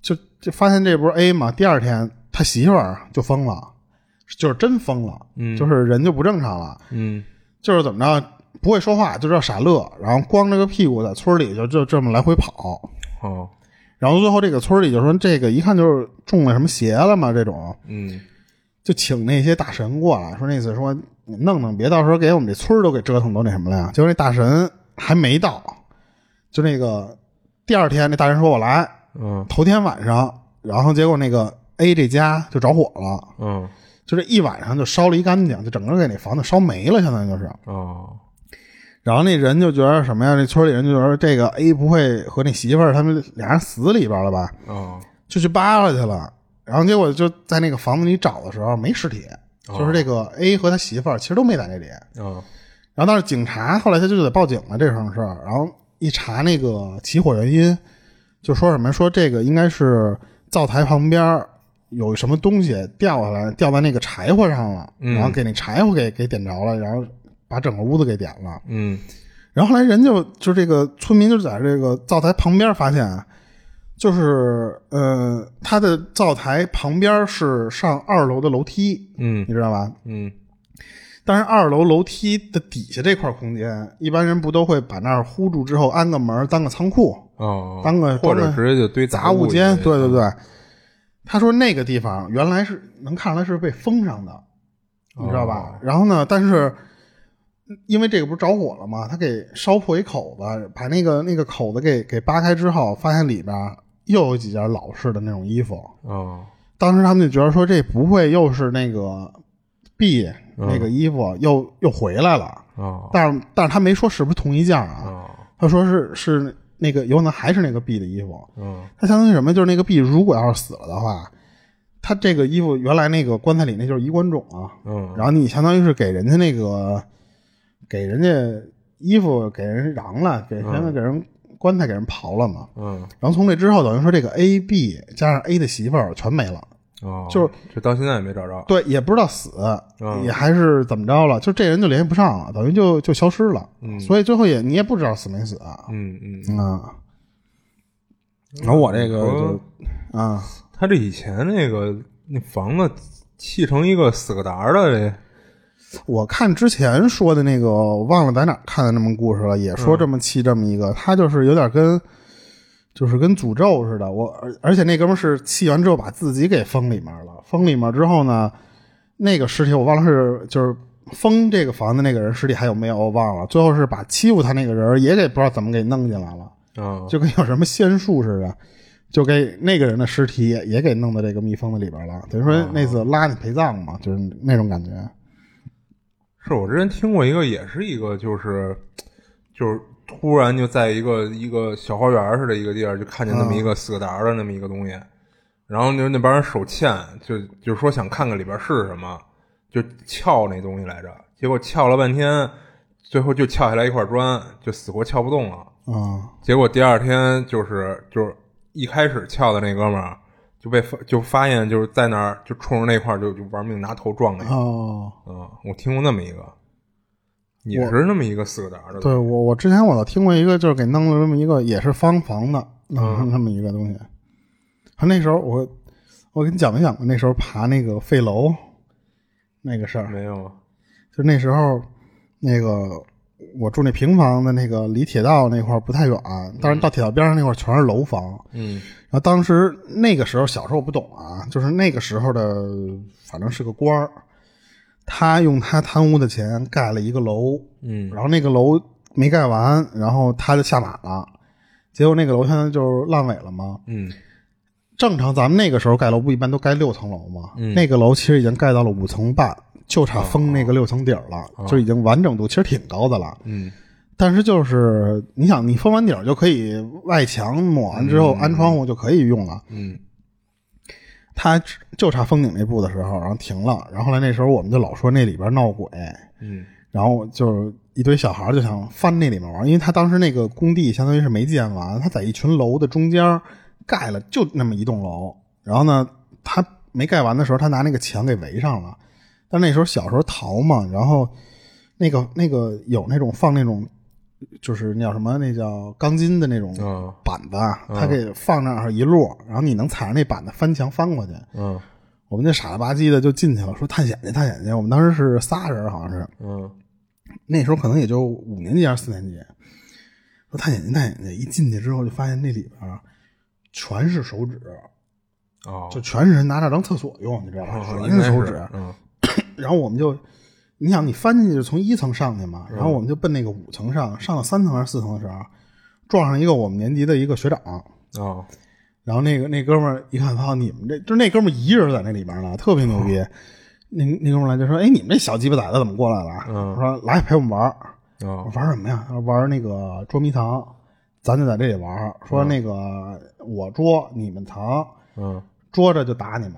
就就发现这不是 A 嘛，第二天他媳妇儿就疯了，就是真疯了，嗯就是人就不正常了，嗯就是怎么着不会说话，就知道傻乐，然后光着个屁股在村里就就这么来回跑，哦然后最后这个村里就说这个一看就是中了什么邪了嘛，这种嗯就请那些大神过来，说那次说你弄弄，别到时候给我们这村儿都给折腾都那什么了呀。结果那大神还没到，就那个第二天那大神说我来，嗯头天晚上，然后结果那个 A 这家就着火了，嗯就这一晚上就烧了一干净，就整个给那房子烧没了，相当于就是。哦然后那人就觉得什么呀？这村里人就觉得这个 A 不会和那媳妇儿他们俩人死里边了吧？哦就去扒拉去了。然后结果就在那个房子里找的时候没尸体，就是这个 A 和他媳妇儿其实都没在那里。哦然后但是警察后来他就得报警了这上事儿，然后一查那个起火原因，就说什么说这个应该是灶台旁边儿有什么东西掉下来，掉在那个柴火上了，嗯然后给那柴火给给点着了，然后把整个屋子给点了。嗯然后后来人就就这个村民就在这个灶台旁边发现啊，就是呃，他的灶台旁边是上二楼的楼梯，嗯你知道吧？嗯但是二楼楼梯的底下这块空间，一般人不都会把那儿糊住之后安个门当个仓库、哦，当个或装者个直接就堆杂物物间？进去对对对。他说那个地方原来是能看出来是被封上的，你知道吧？然后呢，但是因为这个不是着火了吗？他给烧破一口子，把那个那个口子给给扒开之后，发现里边又有几件老式的那种衣服。哦，当时他们就觉得说，这不会又是那个 B 那个衣服又又回来了，哦但是但是他没说是不是同一件啊？哦他说是是那个有可能还是那个 B 的衣服。哦他相当于什么？就是那个 B 如果要是死了的话，他这个衣服原来那个棺材里那就是衣冠冢啊。嗯然后你相当于是给人家那个，给人家衣服给人瓤了，给人家给人棺材给人刨了嘛。嗯然后从这之后，等于说这个 A、B 加上 A 的媳妇儿全没了，哦，就是这到现在也没找着。对，也不知道死，嗯也还是怎么着了，就这人就联系不上了，等于就就消失了。嗯所以最后也你也不知道死没死啊。嗯嗯，啊然后我这个哦就啊，他这以前那个那房子砌成一个死个达儿的这，我看之前说的那个，我忘了在哪儿看的那么故事了，也说这么气这么一个，他就是有点跟，就是跟诅咒似的。我而而且那哥们儿是气完之后把自己给封里面了，封里面之后呢，那个尸体我忘了是就是封这个房子那个人尸体还有没有我忘了，最后是把欺负他那个人儿也给不知道怎么给弄进来了，啊，就跟有什么仙术似的。就给那个人的尸体也也给弄到这个密封的里边了，等于说那次拉你陪葬嘛，就是那种感觉。是我之前听过一个，也是一个，就是就是突然就在一个一个小花园似的一个地儿，就看见那么一个四个达儿的那么一个东西，然后就是那帮人手欠，就就是说想看看里边是什么，就撬那东西来着，结果撬了半天，最后就撬下来一块砖，就死活撬不动了。啊，结果第二天就是就是一开始撬的那哥们儿啊就被发就发现就是在那儿就冲着那块儿就就玩命拿头撞那个。哦，嗯，我听过那么一个，也是那么一个四个点儿的，对我我之前我倒听过一个，就是给弄了这么一个也是方房的，嗯弄成这么一个东西。啊，那时候我我给你讲没讲过那时候爬那个废楼那个事儿？没有啊？就那时候那个我住那平房的那个离铁道那块儿不太远，但是到铁道边上那块儿全是楼房。嗯然后当时那个时候小时候我不懂啊，就是那个时候的反正是个官儿，他用他贪污的钱盖了一个楼。嗯然后那个楼没盖完，然后他就下马了，结果那个楼现在就是烂尾了嘛。嗯正常咱们那个时候盖楼不一般都盖六层楼嘛，嗯那个楼其实已经盖到了五层半，就差封那个六层底儿了，哦就已经完整度其实挺高的了。嗯但是就是你想，你封完顶儿就可以外墙抹完之后安窗户就可以用了，嗯他只就差封顶那步的时候，然后停了。然后后来那时候我们就老说那里边闹鬼，嗯然后就是一堆小孩儿就想翻那里面玩儿，因为他当时那个工地相当于是没建完，他在一群楼的中间儿盖了就那么一栋楼，然后呢，他没盖完的时候，他拿那个墙给围上了，但那时候小时候淘嘛，然后那个那个有那种放那种就是那叫什么那叫钢筋的那种嗯板子啊，他给放那儿一摞，然后你能踩着那板子翻墙翻过去，嗯我们那傻了吧唧的就进去了，说探险去探险去，我们当时是仨人好像是。嗯那时候可能也就五年级还是四年级，说探险去探险去，一进去之后就发现那里边儿全是手指，哦，就全是人拿那当厕所用，你知道吧？哦全是手，应指该。嗯然后我们就，你想你翻进去是从一层上去嘛，然后嗯我们就奔那个五层上，上到三层还是四层的时候，撞上一个我们年级的一个学长，哦然后那个那哥们儿一看，操你们这，就是那哥们儿一人在那里边呢，特别牛逼。哦那那哥们儿来就说：“哎，你们这小鸡巴崽子怎么过来了？”嗯我说：“来陪我们玩儿。”我哦玩什么呀？他说玩那个捉迷藏，咱就在这里玩儿。说那个我捉你们藏，嗯捉着就打你们。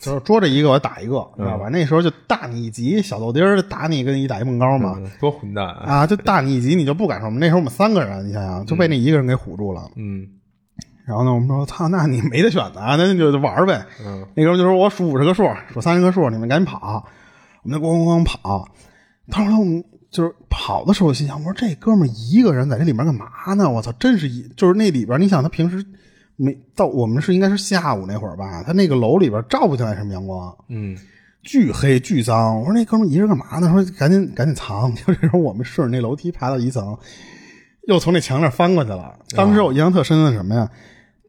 就是捉着一个我打一个，你知道吧？那时候就大你一级，小豆丁儿打你跟你打一蹦高嘛，嗯多混蛋啊！啊，就大你一级你就不敢说。我们那时候我们三个人，你想想就被那一个人给唬住了。嗯然后呢，我们说操，那你没得选的啊，那就就玩儿呗。嗯那哥们就说：“我数五十个数，数三十个数，你们赶紧跑。”我们就咣咣咣跑。当时我们就是跑的时候，心想：“我说这哥们儿一个人在这里面干嘛呢？我操，真是一就是那里边，你想他平时没到我们是应该是下午那会儿吧，他那个楼里边照不进来什么阳光，嗯巨黑巨脏。我说那哥们儿一人干嘛呢？说赶紧赶紧藏。 [LAUGHS] 就这时候我们顺着那楼梯爬到一层，又从那墙那儿翻过去了。当时我印象特深的是什么呀？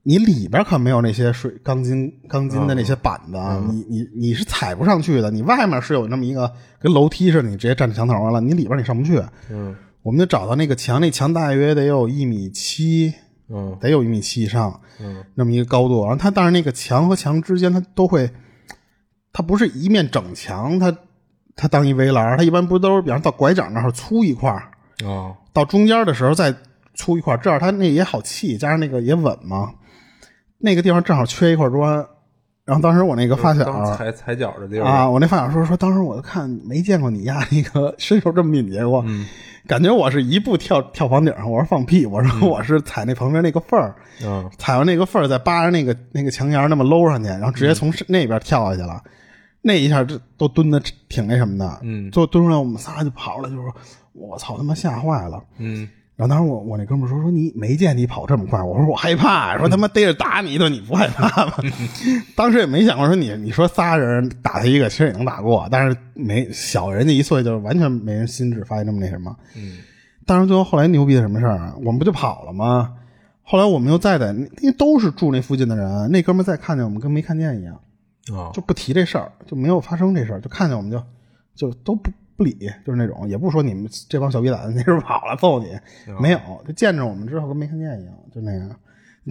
你里边可没有那些水钢筋钢筋的那些板子啊，你你你是踩不上去的。你外面是有那么一个跟楼梯似的，你直接站墙头上了，你里边你上不去。嗯我们就找到那个墙，那墙大约得有一米七，嗯得有一米七以上，嗯，那么一个高度。然后它但是那个墙和墙之间，它都会，它不是一面整墙，它它当一围栏儿，它一般不都是比方到拐角那儿粗一块儿，哦到中间的时候再粗一块儿，这样它那也好砌，加上那个也稳嘛。那个地方正好缺一块砖，然后当时我那个发小当踩踩脚的地儿啊，我那发小说说，当时我就看没见过你呀，那个 [LAUGHS] 身手这么敏捷过，嗯感觉我是一步跳跳房顶上，我说放屁，我说我是踩那旁边那个缝儿，嗯踩完那个缝儿再扒着那个那个墙沿儿那么搂上去，然后直接从是那边跳下去了，那一下这都蹲的挺那什么的，嗯就蹲出来我们仨就跑了，就说我操他妈吓坏了。嗯然后当时我我那哥们儿说说你没见你跑这么快，我说我害怕，说他妈逮着打你一顿你不害怕吗？当时也没想过说你你说仨人打他一个其实也能打过，但是没小人家一岁就完全没人心智发育那么那什么。嗯但是最后后来牛逼的什么事儿啊？我们不就跑了吗？后来我们又再在那因为都是住那附近的人，啊那哥们儿再看见我们跟没看见一样，哦就不提这事儿，就没有发生这事儿，就看见我们就就都不不理，就是那种也不说你们这帮小逼崽子那时候跑了揍你，没有，就见着我们之后跟没看见一样，就那样。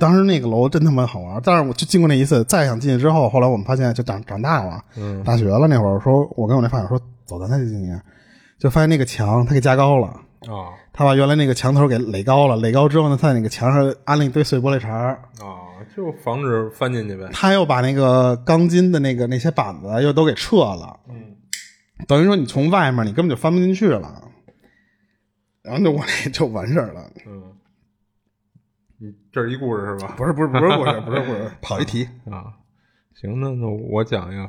当时那个楼真他妈好玩，但是我就经过那一次，再想进去之后，后来我们发现就长长大了，嗯大学了那会儿，我说我跟我那发小说走，咱再进去，就发现那个墙它给加高了。哦他把原来那个墙头给垒高了，垒高之后呢，他在那个墙上安了一堆碎玻璃碴儿，哦，就防止翻进去呗。他又把那个钢筋的那个那些板子又都给撤了，嗯等于说你从外面你根本就翻不进去了，然后就我那就完事儿了。嗯，你这是一故事是吧？不是不是不是不是不是不是，跑一题，啊，行，那那我讲一个。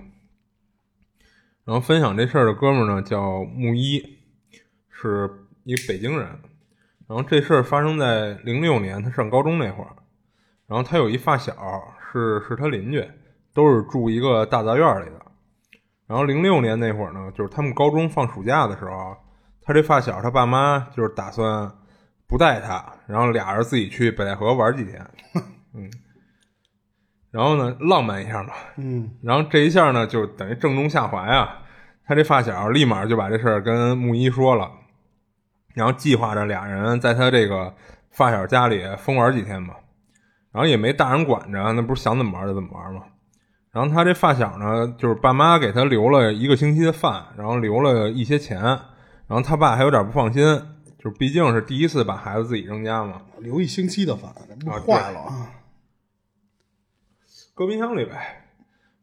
然后分享这事儿的哥们儿呢叫木一，是一个北京人。然后这事儿发生在零六年，他上高中那会儿。然后他有一发小是是他邻居，都是住一个大杂院儿里的。然后零六年那会儿呢，就是他们高中放暑假的时候，他这发小他爸妈就是打算不带他，然后俩人自己去北戴河玩几天。然后呢，浪漫一下嘛。嗯，然后这一下呢，就等于正中下怀啊。他这发小立马就把这事儿跟木一说了，然后计划着俩人在他这个发小家里疯玩几天嘛。然后也没大人管着，那不是想怎么玩就怎么玩嘛。然后他这发小呢，就是爸妈给他留了一个星期的饭，然后留了一些钱。然后他爸还有点不放心，就是毕竟是第一次把孩子自己扔家嘛，留一星期的饭，不啊对坏了啊，搁冰箱里呗。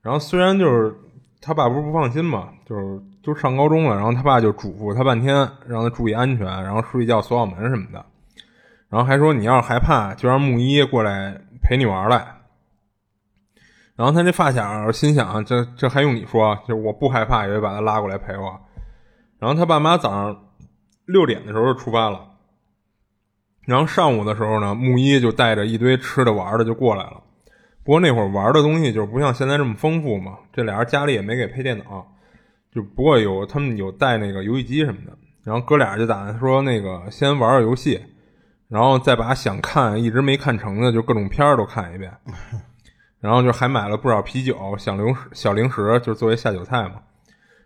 然后虽然就是他爸不是不放心嘛，就是都上高中了，然后他爸就嘱咐他半天，让他注意安全，然后睡觉锁好门什么的。然后还说你要是害怕，就让木一过来陪你玩来。然后他这发小心想，这这还用你说？就是我不害怕，也得把他拉过来陪我。然后他爸妈早上六点的时候就出发了，然后上午的时候呢，木一就带着一堆吃的玩的就过来了。不过那会儿玩的东西就是不像现在这么丰富嘛，这俩人家里也没给配电脑，就不过有他们有带那个游戏机什么的。然后哥俩就打算说那个先玩玩游戏，然后再把想看一直没看成的就各种片儿都看一遍，然后就还买了不少啤酒、小零食、小零食，就是作为下酒菜嘛。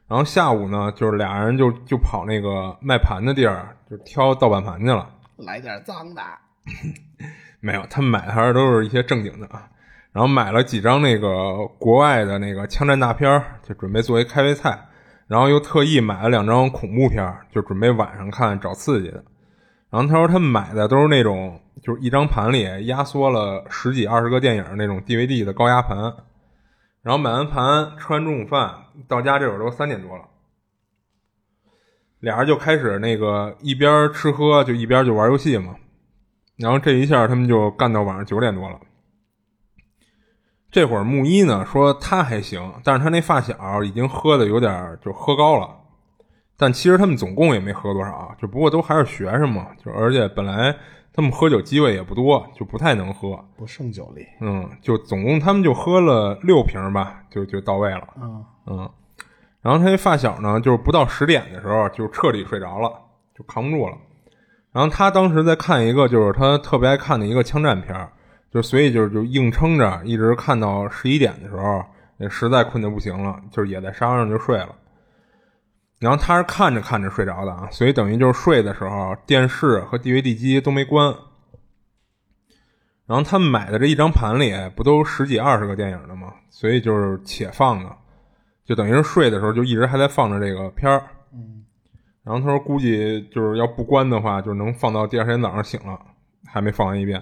然后下午呢，就是俩人就就跑那个卖盘的地儿，就挑盗版盘去了。来点脏的，没有，他们买的还是都是一些正经的啊。然后买了几张那个国外的那个枪战大片儿，就准备作为开胃菜。然后又特意买了两张恐怖片儿，就准备晚上看找刺激的。然后他说他们买的都是那种，就是一张盘里压缩了十几二十个电影那种 DVD 的高压盘。然后买完盘，吃完中午饭，到家这会儿都三点多了。俩人就开始那个一边吃喝就一边就玩游戏嘛，然后这一下他们就干到晚上九点多了。这会儿木一呢说他还行，但是他那发小已经喝的有点儿就喝高了，但其实他们总共也没喝多少，啊就不过都还是学生嘛，就而且本来他们喝酒机会也不多，就不太能喝，不胜酒力嗯，就总共他们就喝了六瓶吧，就就到位了。啊，嗯，然后他那发小呢，就是不到十点的时候就彻底睡着了，就扛不住了。然后他当时在看一个，就是他特别爱看的一个枪战片儿，就所以就是就硬撑着，一直看到十一点的时候，也实在困得不行了，就是也在沙发上就睡了。然后他是看着看着睡着的啊，所以等于就是睡的时候，电视和 DVD 机都没关。然后他们买的这一张盘里不都十几二十个电影的吗？所以就是且放的，就等于是睡的时候就一直还在放着这个片儿。嗯，然后他说估计就是要不关的话，就能放到第二天早上醒了，还没放完一遍。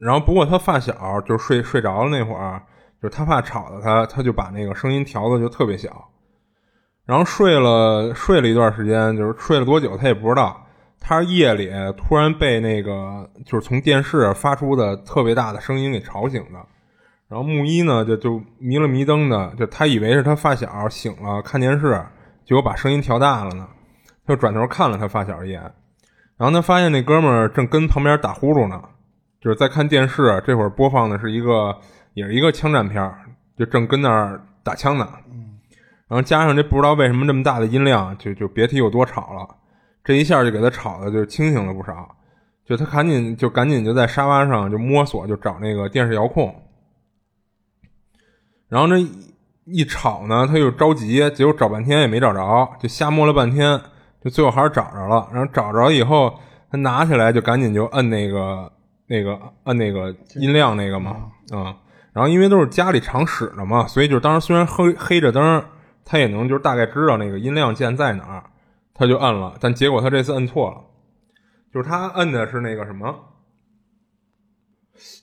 然后不过他发小就睡睡着了那会儿，就是他怕吵到他，他就把那个声音调的就特别小。然后睡了睡了一段时间，就是睡了多久他也不知道。他是夜里突然被那个就是从电视发出的特别大的声音给吵醒的，然后木一呢就就迷了迷瞪的，就他以为是他发小醒了看电视，结果把声音调大了呢，他就转头看了他发小一眼，然后他发现那哥们儿正跟旁边打呼噜呢，就是在看电视，啊这会儿播放的是一个也是一个枪战片儿，就正跟那儿打枪呢，然后加上这不知道为什么这么大的音量，就就别提有多吵了，这一下就给他吵的就清醒了不少，就他赶紧就赶紧就在沙发上就摸索就找那个电视遥控。然后这一一吵呢，他又着急，结果找半天也没找着，就瞎摸了半天，就最后还是找着了。然后找着以后，他拿起来就赶紧就摁那个那个摁那个音量那个嘛，嗯。然后因为都是家里常使的嘛，所以就是当时虽然黑黑着灯，他也能就是大概知道那个音量键在哪儿，他就摁了。但结果他这次摁错了，就是他摁的是那个什么。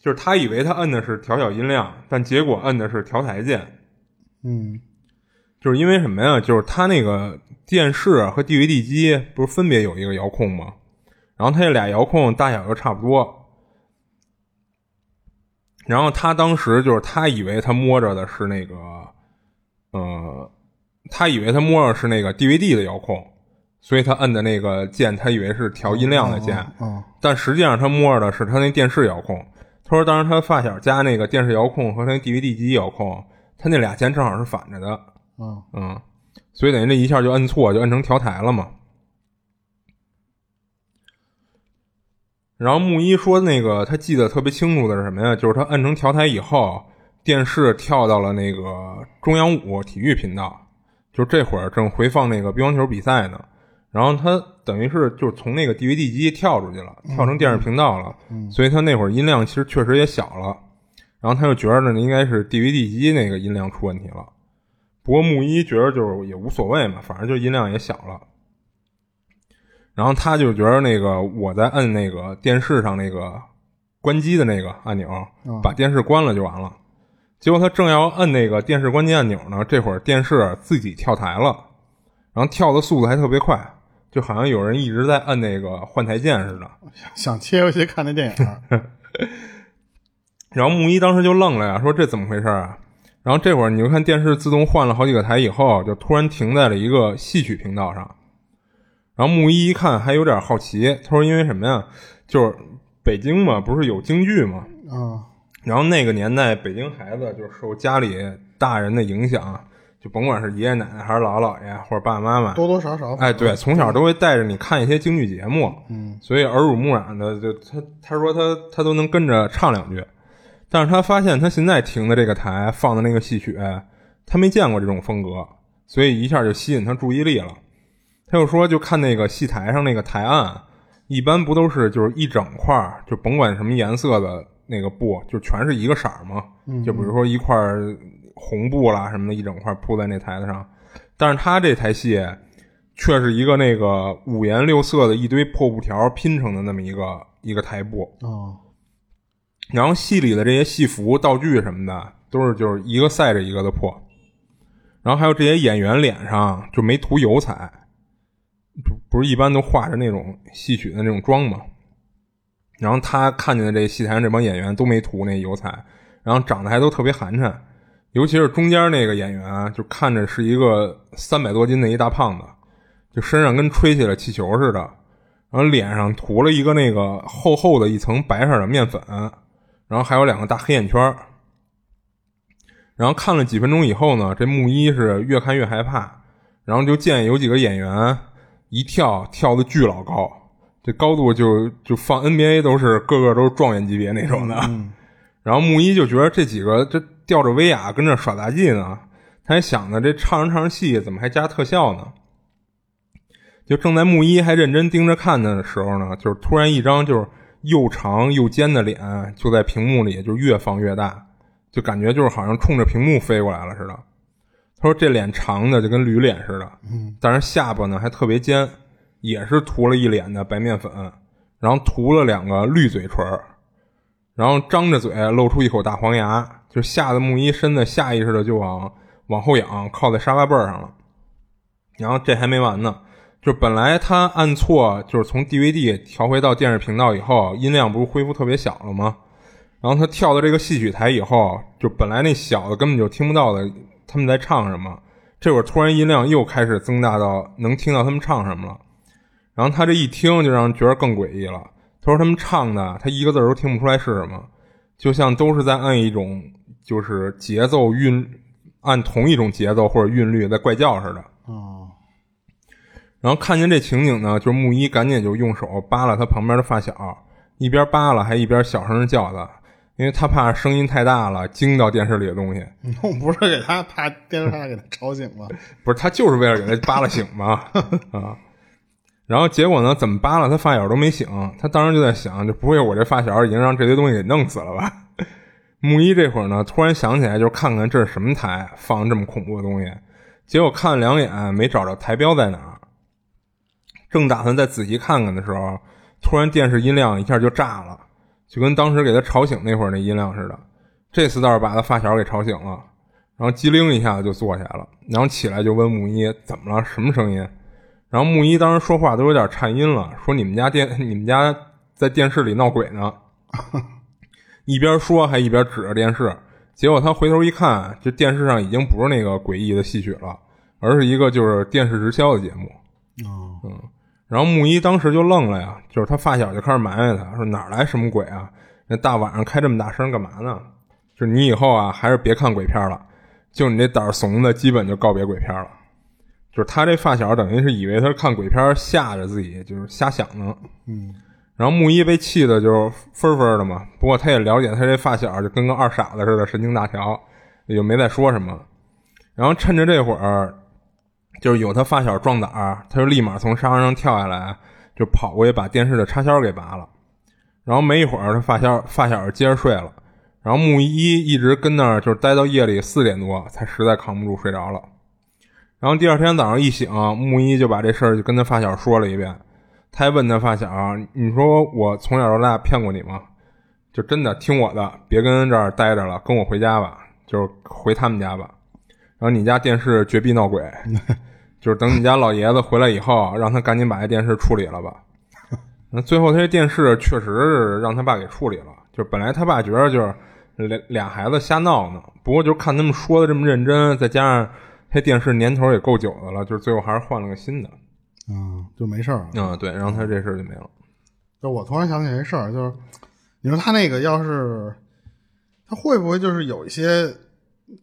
就是他以为他摁的是调小音量，但结果摁的是调台键，嗯就是因为什么呀？就是它那个电视啊和 DVD 机不是分别有一个遥控吗？然后它这俩遥控大小又差不多。然后他当时就是他以为他摸着的是那个，呃，他以为他摸着是那个 DVD 的遥控，所以他摁的那个键，他以为是调音量的键，啊，但实际上他摸着的是他那电视遥控。他说，当时他发小家那个电视遥控和他那 DVD 机遥控，他那俩键正好是反着的。啊嗯，所以等于这一下就摁错，就摁成调台了嘛。然后木一说，那个他记得特别清楚的是什么呀？就是他摁成调台以后，电视跳到了那个中央五体育频道，就这会儿正回放那个乒乓球比赛呢。然后他等于是就是从那个 DVD 机跳出去了，跳成电视频道了，所以他那会儿音量其实确实也小了。然后他就觉着呢，应该是 DVD 机那个音量出问题了。不过木一觉得就是也无所谓嘛，反正就音量也小了。然后他就觉得那个我在摁那个电视上那个关机的那个按钮，把电视关了就完了。结果他正要摁那个电视关机按钮呢，这会儿电视自己跳台了，然后跳的速度还特别快，就好像有人一直在摁那个换台键似的。想切回去看那电影，然后木一当时就愣了呀，说这怎么回事啊？然后这会儿你就看电视自动换了好几个台以后，就突然停在了一个戏曲频道上。然后木一一看还有点好奇，他说因为什么呀？就是北京嘛，不是有京剧嘛？啊然后那个年代，北京孩子就是受家里大人的影响，就甭管是爷爷奶奶还是姥姥姥爷或者爸爸妈妈，多多少少，哎，对，从小都会带着你看一些京剧节目，嗯，所以耳濡目染的，就他他说他他都能跟着唱两句，但是他发现他现在停的这个台放的那个戏曲，他没见过这种风格，所以一下就吸引他注意力了。他又说，就看那个戏台上那个台案，一般不都是就是一整块儿，就甭管什么颜色的那个布，就全是一个色儿嘛。就比如说一块儿红布啦什么的，一整块儿铺在那台子上。但是他这台戏却是一个那个五颜六色的一堆破布条拼成的那么一个一个台布，啊然后戏里的这些戏服、道具什么的，都是就是一个赛着一个的破。然后还有这些演员脸上就没涂油彩，不不是一般都画着那种戏曲的那种妆吗？然后他看见的这戏台上这帮演员都没涂那油彩，然后长得还都特别寒碜，尤其是中间那个演员啊，就看着是一个三百多斤的一大胖子，就身上跟吹起了气球似的，然后脸上涂了一个那个厚厚的一层白色的面粉，然后还有两个大黑眼圈儿。然后看了几分钟以后呢，这木一是越看越害怕，然后就见有几个演员一跳跳的巨老高，这高度就就放 NBA 都是个个都是状元级别那种嗯的。然后木一就觉得这几个这吊着威亚跟这耍杂技呢，他还想呢，这唱着唱着戏怎么还加特效呢？就正在木一还认真盯着看的时候呢，就是突然一张就是又长又尖的脸就在屏幕里就越放越大，就感觉就是好像冲着屏幕飞过来了似的。他说这脸长的就跟驴脸似的，嗯，但是下巴呢还特别尖，也是涂了一脸的白面粉，然后涂了两个绿嘴唇儿，然后张着嘴露出一口大黄牙，就吓得木一身子下意识的就往往后仰，靠在沙发背儿上了。然后这还没完呢，就本来他按错，就是从 DVD 调回到电视频道以后，音量不是恢复特别小了吗？然后他跳到这个戏曲台以后，就本来那小的根本就听不到的，他们在唱什么，这会儿突然音量又开始增大到能听到他们唱什么了。然后他这一听就让人觉得更诡异了。他说他们唱的，他一个字儿都听不出来是什么，就像都是在按一种就是节奏韵，按同一种节奏或者韵律在怪叫似的。哦，然后看见这情景呢，就是木一赶紧就用手扒拉他旁边的发小，一边扒拉还一边小声地叫他，因为他怕声音太大了惊到电视里的东西。 [LAUGHS] 我不是给他怕电视台给他吵醒了，不是他就是为了给他扒拉醒嘛啊。然后结果呢，怎么扒拉他发小都没醒，他当时就在想，这不会我这发小已经让这堆东西给弄死了吧？ [LAUGHS] 木一这会儿呢，突然想起来，就是看看这是什么台放这么恐怖的东西，结果看了两眼没找着台标在哪儿，正打算再仔细看看的时候，突然电视音量一下就炸了，就跟当时给他吵醒那会儿那音量似的。这次倒是把他发小给吵醒了，然后机灵一下就坐下了，然后起来就问木一怎么了，什么声音？然后木一当时说话都有点颤音了，说你们家电你们家在电视里闹鬼呢，一边说还一边指着电视。结果他回头一看，这电视上已经不是那个诡异的戏曲了，而是一个就是电视直销的节目。哦，然后木一当时就愣了呀，就是他发小就开始埋怨他，说哪儿来什么鬼啊？那大晚上开这么大声干嘛呢？就是你以后啊，还是别看鬼片了，就你这胆儿怂的，基本就告别鬼片了。就是他这发小等于是以为他是看鬼片吓着自己，就是瞎想呢。嗯，然后木一被气的就是分儿分儿的嘛，不过他也了解他这发小就跟个二傻子似的，神经大条，也就没再说什么。然后趁着这会儿，就是有他发小壮胆儿，他就立马从沙发上跳下来，就跑过去把电视的插销给拔了。然后没一会儿，他发小发小接着睡了。然后木一一直跟那儿就是待到夜里四点多，才实在扛不住睡着了。然后第二天早上一醒，木一就把这事儿就跟他发小说了一遍。他还问他发小：“你说我从小到大骗过你吗？就真的听我的，别跟这儿待着了，跟我回家吧，就是回他们家吧。然后你家电视绝壁闹鬼，就是等你家老爷子回来以后，让他赶紧把这电视处理了吧。”那最后他这电视确实是让他爸给处理了，就是本来他爸觉得就是俩俩孩子瞎闹呢，不过就看他们说的这么认真，再加上他电视年头也够久的了，就是最后还是换了个新的。嗯，就没事儿了。嗯，对，然后他这事儿就没了。就我突然想起来一事儿，就是你说他那个要是他会不会就是有一些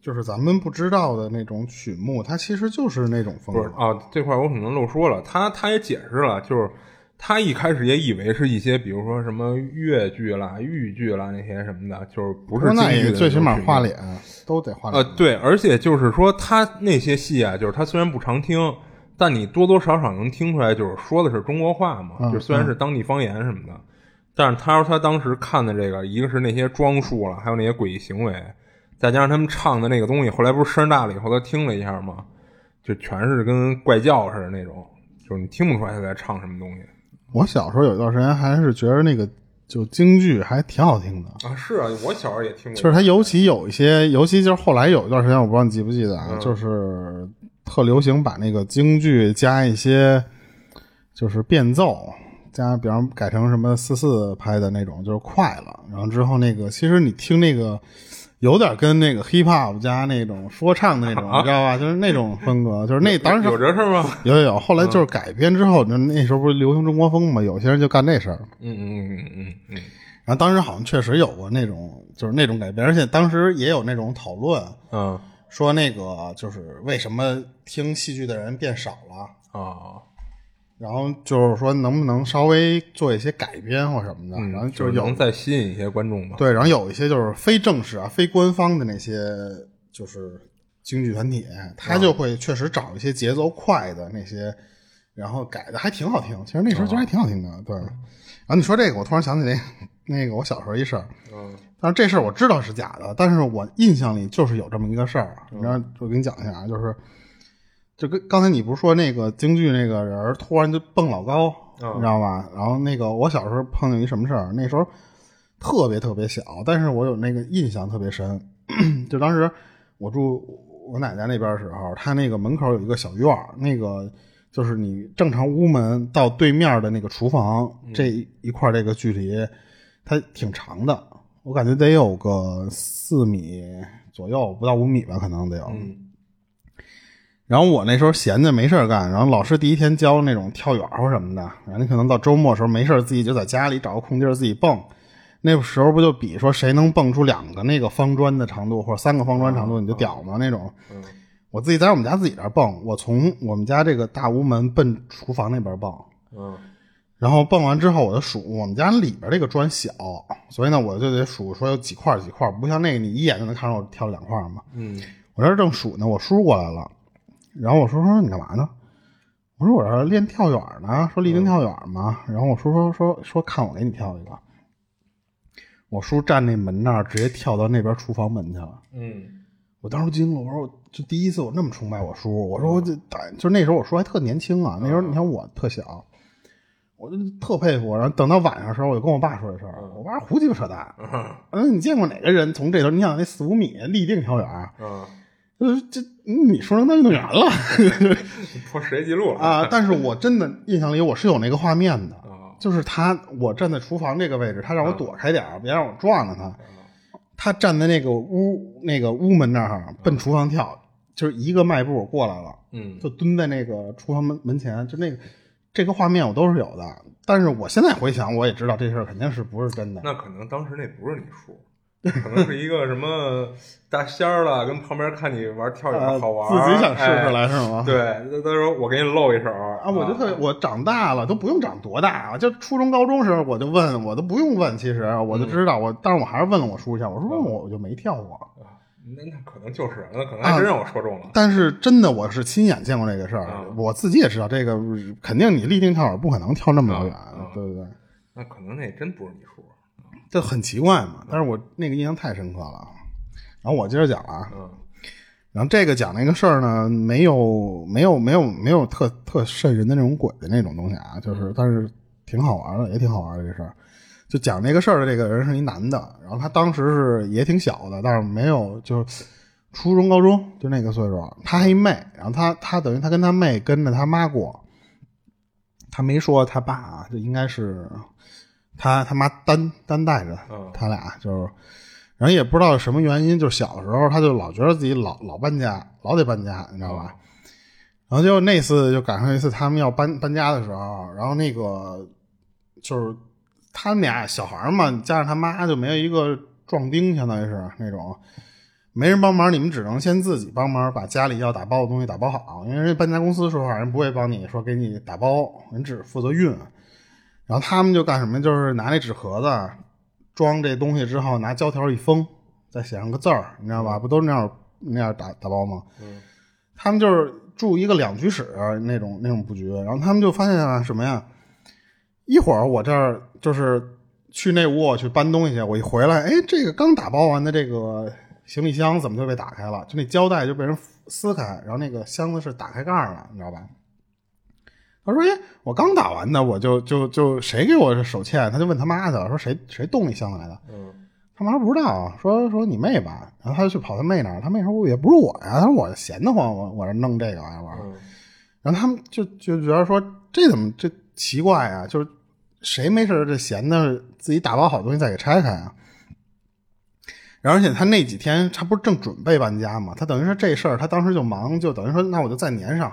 就是咱们不知道的那种曲目，它其实就是那种风不是格。啊，这块儿我可能漏说了，他他也解释了，就是他一开始也以为是一些，比如说什么越剧啦、豫剧啦那些什么的，就是不是说那京剧也的最那起种码曲目画脸都得画呃，脸。对，而且就是说，他那些戏啊，就是他虽然不常听，但你多多少少能听出来，就是说的是中国话嘛，嗯就虽然是当地方言什么的，但是他说他当时看的这个，一个是那些装束了，还有那些诡异行为，再加上他们唱的那个东西，后来不是声大了以后，他听了一下嘛，就全是跟怪叫似的那种，就是你听不出来他在唱什么东西。我小时候有一段时间还是觉得那个就京剧还挺好听的。啊，是啊，我小时候也听过，就是它尤其有一些，尤其就是后来有一段时间，我不知道你记不记得啊，嗯就是特流行把那个京剧加一些就是变奏，加比方改成什么四四拍的那种，就是快了。然后之后那个，其实你听那个有点跟那个 hip hop 加那种说唱的那种，你知道吧？就是那种风格，就是那当时有这嗯事儿吗？有有有，后来就是改编之后，那那时候不是流行中国风嘛，有些人就干这事儿。嗯嗯嗯嗯嗯然后当时好像确实有过那种，就是那种改编，而且当时也有那种讨论，嗯说那个就是为什么听戏剧的人变少了，嗯啊，然后就是说能不能稍微做一些改编或什么的，然后嗯就就是有能再吸引一些观众吧。对，然后有一些就是非正式啊、非官方的那些就是京剧团体，他就会确实找一些节奏快的那些，然后改的还挺好听。其实那时候觉得还挺好听的，对。然后你说这个，我突然想起那那个我小时候一事儿，嗯但是这事儿我知道是假的，但是我印象里就是有这么一个事儿。啊然后我给你讲一下啊，就是就跟刚才你不是说那个京剧那个人儿突然就蹦老高，嗯你知道吧？然后那个我小时候碰见一什么事儿，那时候特别特别小，但是我有那个印象特别深。 [CLEARS THROAT] 就当时我住我奶奶那边的时候，她那个门口有一个小院儿，那个就是你正常屋门到对面的那个厨房这一块儿这个距离，它挺长的，我感觉得有个四米左右，不到五米吧，可能得有。嗯然后我那时候闲着没事儿干，然后老师第一天教那种跳远儿或什么的，然后你可能到周末的时候没事儿自己就在家里找个空地儿自己蹦。那时候不就比说谁能蹦出两个那个方砖的长度或者三个方砖长度你就屌吗那种？嗯我自己在我们家自己这儿蹦，我从我们家这个大屋门奔厨房那边蹦，嗯然后蹦完之后，我就数我们家里边这个砖小，所以呢，我就得数说有几块儿几块儿，不像那个你一眼就能看出我挑了两块儿嘛。嗯我这儿正数呢，我叔过来了，然后我叔说你干嘛呢？我说我这儿练跳远呢，说立定跳远嘛。然后我叔说说说看我给你跳一个。我叔站那门那儿直接跳到那边厨房门去了。嗯我当时惊了，我说我就第一次我那么崇拜我叔，我说我这胆就是那时候我叔还特年轻啊，那时候你看我特小，我就特佩服。然后等到晚上的时候，我就跟我爸说这事儿，我爸说胡鸡巴扯淡，嗯，你见过哪个人从这头你想那四五米立定跳远儿，嗯，就是这嗯你叔能当运动员了破世界纪录了啊！但是我真的印象里我是有那个画面的，啊！就是他我站在厨房这个位置，他让我嗯躲开点儿，别让我撞着他。他站在那个屋那个屋门那儿奔厨房跳，就是一个迈步过来了，嗯就蹲在那个厨房门门前，就那个这个画面我都是有的。但是我现在回想，我也知道这事儿肯定是不是真的。那可能当时那不是你叔，可能是一个什么大仙儿了，跟旁边看你玩跳呃远好玩，自己想试试哎。来是吗？对，他他说我给你露一手啊，啊我就特别，我长大了都不用长多大啊，就初中、高中时候我就问，我都不用问，其实啊我就嗯知道我，但是我还是问了我叔一下，我说我我就没跳过，那那可能就是，啊那可啊能还真让我说中了。但是真的我是亲眼见过这个事儿啊，我自己也知道这个肯定你立定跳远不可能跳那么老远啊啊，对不对？那可能那真不是你啊叔。这很奇怪嘛，但是我那个印象太深刻了。啊然后我接着讲啊，嗯然后这个讲那个事儿呢，没有没有没有没有特特瘆人的那种鬼的那种东西啊，就是但是挺好玩的，也挺好玩的这事儿。就讲那个事儿的这个人是一男的，然后他当时是也挺小的，但是没有就是初中高中就那个岁数，他还一妹，然后他他等于他跟他妹跟着他妈过，他没说他爸啊，这应该是他他妈单单带着嗯他俩就是。然后也不知道什么原因，就小时候他就老觉得自己老老搬家，老得搬家，你知道吧？然后结果那次就赶上一次他们要搬搬家的时候，然后那个就是他们俩小孩儿嘛，加上他妈就没有一个壮丁，相当于是那种没人帮忙，你们只能先自己帮忙把家里要打包的东西打包好，因为人家搬家公司说话啊人不会帮你说给你打包，人只负责运。啊然后他们就干什么？就是拿那纸盒子啊装这东西之后，拿胶条一封，再写上个字儿，你知道吧？不都那样那样打打包吗？嗯他们就是住一个两居室那种那种布局，然后他们就发现啊什么呀？一会儿我这儿就是去那屋我去搬东西去，我一回来，哎，这个刚打包完的这个行李箱怎么就被打开了？就那胶带就被人撕开，然后那个箱子是打开盖儿了，你知道吧？他说：“哎，我刚打完的，我就就就谁给我这手欠？”他就问他妈去了，说谁谁动你箱子来的？嗯他妈说不知道啊，说说你妹吧。然后他就去跑他妹那儿，他妹说我也不是我呀，他说我闲得慌，我我这弄这个玩意儿玩儿。嗯然后他们就就觉得说这怎么这奇怪啊？就是谁没事儿这闲的自己打包好东西再给拆开啊？然后而且他那几天他不是正准备搬家嘛，他等于说这事儿他当时就忙，就等于说那我就再粘上，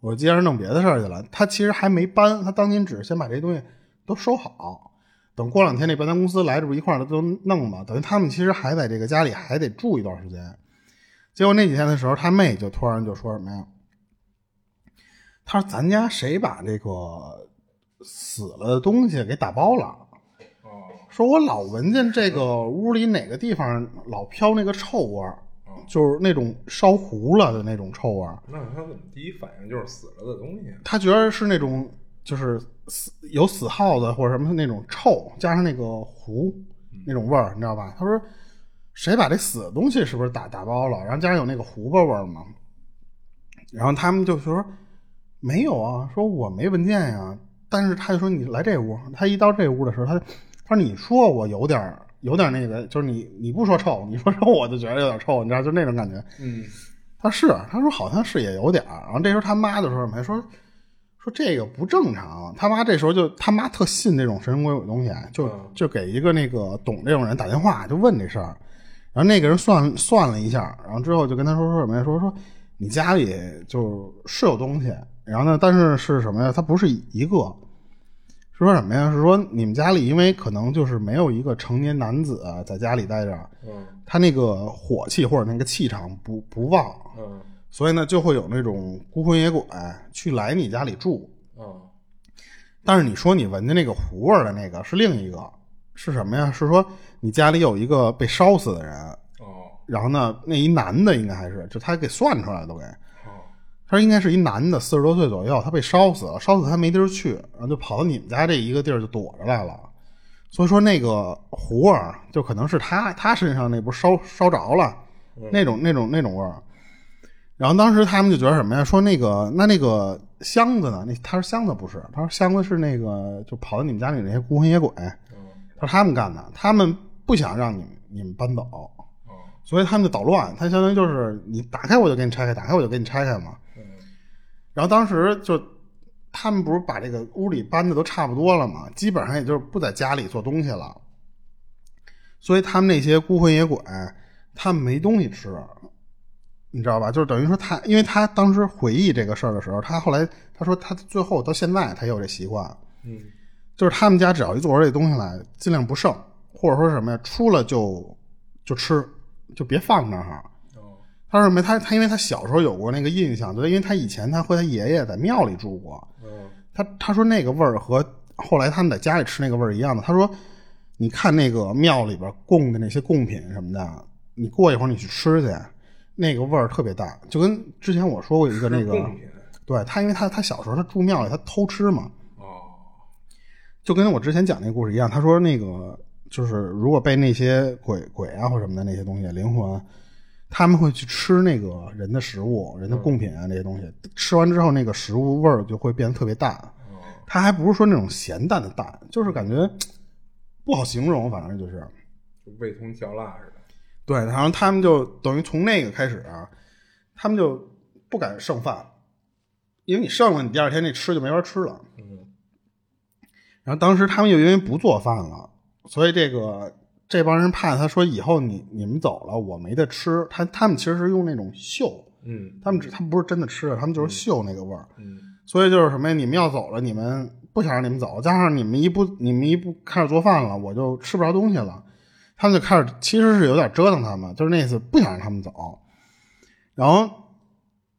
我接着弄别的事儿去了。他其实还没搬，他当天只是先把这东西都收好，等过两天那搬家公司来，这不一块儿都弄嘛？等于他们其实还在这个家里还得住一段时间。结果那几天的时候，他妹就突然就说什么呀？他说：“咱家谁把这个死了的东西给打包了？哦说我老闻见这个屋里哪个地方老飘那个臭味儿，就是那种烧糊了的那种臭味儿。那他怎么第一反应就是死了的东西？啊他觉得是那种就是死有死耗子或者什么那种臭，加上那个糊那种味儿，你知道吧？他说谁把这死的东西是不是打打包了？然后加上有那个糊巴味儿嘛。然后他们就说没有啊，说我没闻见呀、但是他就说你来这屋，他一到这屋的时候，他他说你说我有点儿有点儿那个，就是你你不说臭，你说 [LAUGHS] 臭我就觉得有点臭，你知道，就那种感觉。嗯他是，他说好像是也有点儿。然后这时候他妈就说什么呀？说说这个不正常。他妈这时候就他妈特信这种神神鬼鬼东西，啊就嗯就给一个那个懂这种人打电话，就问这事儿。然后那个人算算了一下，然后之后就跟他说说什么呀？说说你家里就是有东西，然后呢，但是是什么呀？他不是一个，是说什么呀？是说你们家里因为可能就是没有一个成年男子啊在家里待着，嗯他那个火气或者那个气场不不旺，嗯所以呢，就会有那种孤魂野鬼去来你家里住。嗯但是你说你闻见那个糊味儿的那个是另一个，是什么呀？是说你家里有一个被烧死的人，哦然后呢，那一男的应该还是，就他给算出来都给，哦他说应该是一男的，四十多岁左右，他被烧死了，烧死他没地儿去，然后就跑到你们家这一个地儿就躲着来了。所以说那个糊味儿就可能是他他身上那不是烧烧着了嗯那种那种那种味儿。然后当时他们就觉得什么呀？说那个那那个箱子呢？那他说箱子不是，他说箱子是那个就跑到你们家里那些孤魂野鬼，嗯他说他们干的，他们不想让你们你们搬走，哦所以他们就捣乱。他相当于就是你打开我就给你拆开，打开我就给你拆开嘛。嗯然后当时就他们不是把这个屋里搬的都差不多了嘛，基本上也就是不在家里做东西了，所以他们那些孤魂野鬼，他们没东西吃，你知道吧？就是等于说他，因为他当时回忆这个事儿的时候，他后来他说他最后到现在他也有这习惯，嗯就是他们家只要一做出这东西来，尽量不剩，或者说什么呀，出了就就吃，就别放那儿。哦他说什么？他他因为他小时候有过那个印象，就是因为他以前他和他爷爷在庙里住过，嗯他他说那个味儿和后来他们在家里吃那个味儿一样的。他说，你看那个庙里边供的那些贡品什么的，你过一会儿你去吃去，那个味儿特别大，就跟之前我说过一个那个，贡品对他，因为他他小时候他住庙里，他偷吃嘛，哦就跟我之前讲那故事一样，他说那个就是如果被那些鬼鬼啊或什么的那些东西灵魂，他们会去吃那个人的食物、人的贡品啊这些东西，吃完之后那个食物味儿就会变得特别淡，哦它还不是说那种咸淡的淡，就是感觉不好形容，反正就是就味同嚼蜡似的。对，然后他们就等于从那个开始啊，他们就不敢剩饭，因为你剩了，你第二天那吃就没法吃了。嗯然后当时他们又因为不做饭了，所以这个这帮人怕他说以后你你们走了我没得吃，他他们其实是用那种嗅，嗯他们只他们不是真的吃，啊他们就是嗅那个味儿，嗯所以就是什么呀？你们要走了，你们不想让你们走，加上你们一不你们一不开始做饭了，我就吃不着东西了，他们就开始其实是有点折腾他们，就是那意思不想让他们走，然后。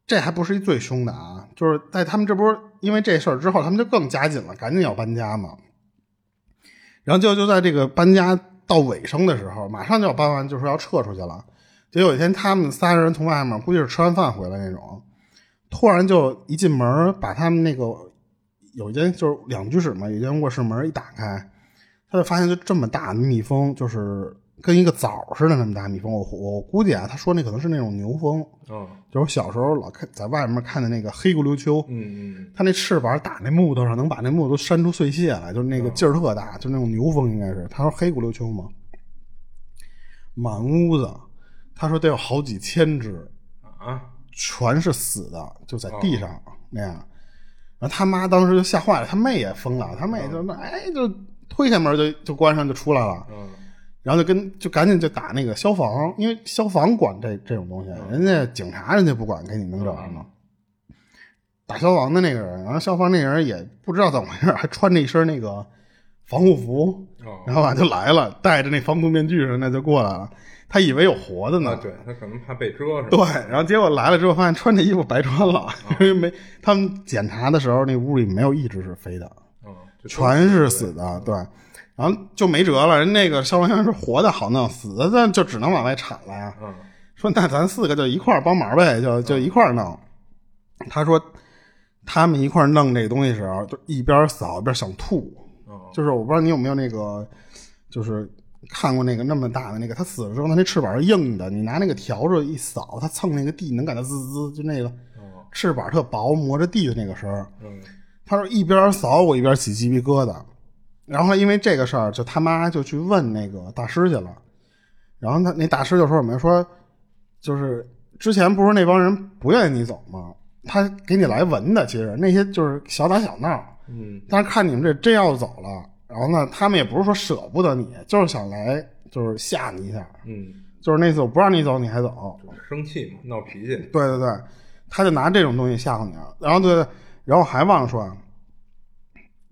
这还不是一最凶的啊，就是在他们这波因为这事儿之后，他们就更加紧了，赶紧要搬家嘛。然后就就在这个搬家到尾声的时候，马上就要搬完，就说要撤出去了。结果有一天，他们仨人从外面估计是吃完饭回来那种，突然就一进门，把他们那个有一间就是两居室嘛，有一间卧室门一打开，他就发现就这么大的蜜蜂，就是跟一个枣儿似的那么大蜜蜂。我我估计啊，他说那可能是那种牛蜂，嗯就是我小时候老看在外面看的那个黑咕溜秋，嗯它那翅膀打那木头上，能把那木头都扇出碎屑来，就是那个劲儿特大，就那种牛蜂应该是。他说黑骨溜秋嘛，满屋子，他说得有好几千只，嗯啊，全是死的，就在哦地上、那样。然后他妈当时就吓坏了，他妹也疯了，他哦妹就那、哎就推开门就就关上就出来了，嗯然后就跟就赶紧就打那个消防，因为消防管这这种东哦西，人家警察人家不管，给你弄这玩意儿吗？打消防的那个人，然后消防那人也不知道怎么回事，还穿着一身那个防护服，哦，然后吧就来了，戴着那防毒面具什么的就过来了，他以为有活的呢，啊，对他可能怕被蛰是对吧？，然后结果来了之后发现穿这衣服白穿了，因为没他们检查的时候那屋里没有一只是飞的，嗯，就全是死的，对。然后就没辙了，人那个消防员是活的好弄，死的咱就只能往外铲了呀。嗯说那咱四个就一块儿帮忙呗，就就一块儿弄。他说他们一块儿弄这个东西的时候，就一边扫一边想吐，嗯就是我不知道你有没有那个，就是看过那个那么大的那个，它死了之后，它那翅膀是硬的，你拿那个笤帚一扫，它蹭那个地，你能感觉滋滋，就那个嗯翅膀特薄磨着地的那个声儿。嗯他说一边扫我一边起鸡皮疙瘩，然后因为这个事儿，就他妈就去问那个大师去了，然后他那大师就说什么说，就是之前不是那帮人不愿意你走吗？他给你来文的，其实那些就是小打小闹，嗯但是看你们这真要走了，然后呢，他们也不是说舍不得你，就是想来就是吓你一下，嗯，就是那次我不让你走你还走，生气嘛，闹脾气，对对对，他就拿这种东西吓唬你了。然后对，对然后还忘了说啊，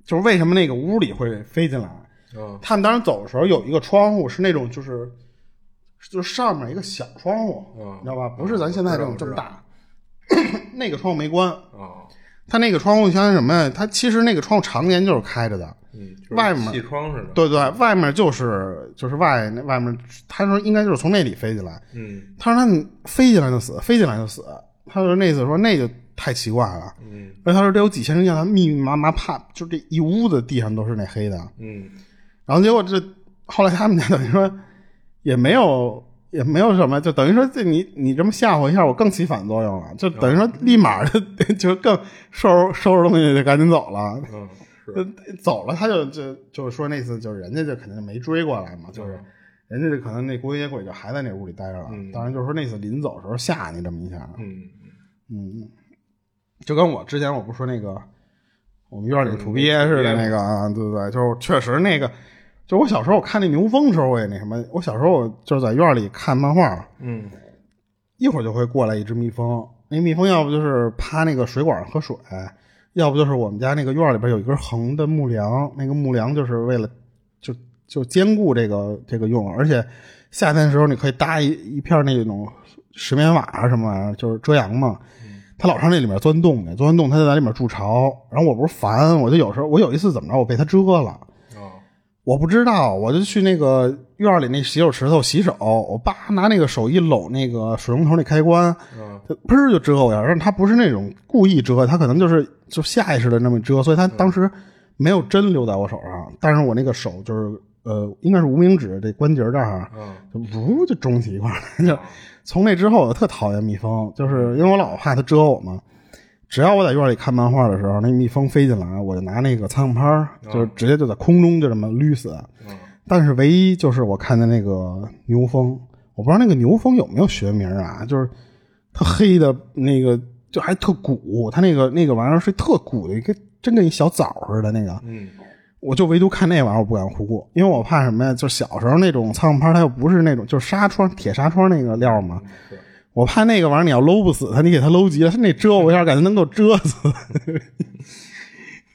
就是为什么那个屋里会飞进来？嗯他们当时走的时候有一个窗户是那种就是就是上面一个小窗户，嗯你知道吧？不是咱现在这种我知这么道大， [CLEARS THROAT] 那个窗户没关。啊，他那个窗户相当于什么呀？他其实那个窗户常年就是开着的，嗯，就是外面气窗似的，，对对，外面就是就是外那外面，他说应该就是从那里飞进来。嗯他说他们飞进来就死，飞进来就死。他说那次说那就太奇怪了，嗯而且他说这有几千人，让他密密麻麻怕，就这一屋子地上都是那黑的。嗯然后结果这后来他们家等于说也没有也没有什么，就等于说这你你这么吓唬我一下，我更起反作用了，就等于说立马就 [LAUGHS] 就更收拾收拾东西就赶紧走了。嗯是，呃走了，他就就就是说那次就是人家就肯定没追过来嘛，就是人家就可能那孤魂野鬼就还在那屋里待着了。嗯当然就是说那次临走的时候吓你这么一下，嗯嗯，就跟我之前我不是说那个我们院里嗯土鳖似的那个啊，对不对？就是确实那个，就我小时候我看那牛蜂的时候我也那什么，我小时候我就是在院里看漫画，嗯一会儿就会过来一只蜜蜂，那蜜蜂要不就是趴那个水管上喝水，要不就是我们家那个院里边有一根横的木梁，那个木梁就是为了就就兼顾这个这个用，而且夏天的时候你可以搭一一片那种石棉瓦啊什么玩意儿，就是遮阳嘛。它老上那里面钻洞去，钻完洞它就在里面筑巢。然后我不是烦，我就有时候我有一次怎么着，我被它蛰了。啊我不知道，我就去那个院里那洗手池头洗手，我爸拿那个手一搂那个水龙头那开关，啊它砰儿就遮我一下。但是他不是那种故意遮，他可能就是就下意识的那么遮，所以他当时没有针留在我手上，但是我那个手就是呃，应该是无名指这关节这儿，啊就呜就中起一块儿来。就从那之后，我特讨厌蜜蜂，就是因为我老怕它蛰我嘛。只要我在院里看漫画的时候，那蜜蜂飞进来，我就拿那个苍蝇拍儿，就是直接就在空中就这么捋死。啊但是唯一就是我看的那个牛蜂，我不知道那个牛蜂有没有学名啊，就是它黑的那个，就还特鼓，它那个那个玩意儿是特鼓的一个，真跟一小枣似的那个。嗯我就唯独看那玩意儿我不敢呼，因为我怕什么呀？就小时候那种苍蝇拍，它又不是那种就是纱窗铁纱窗那个料嘛，是我怕那个玩意儿你要搂不死它，你给它搂急了，它那蛰我一 [LAUGHS] 下，感觉能够蛰死。 [LAUGHS]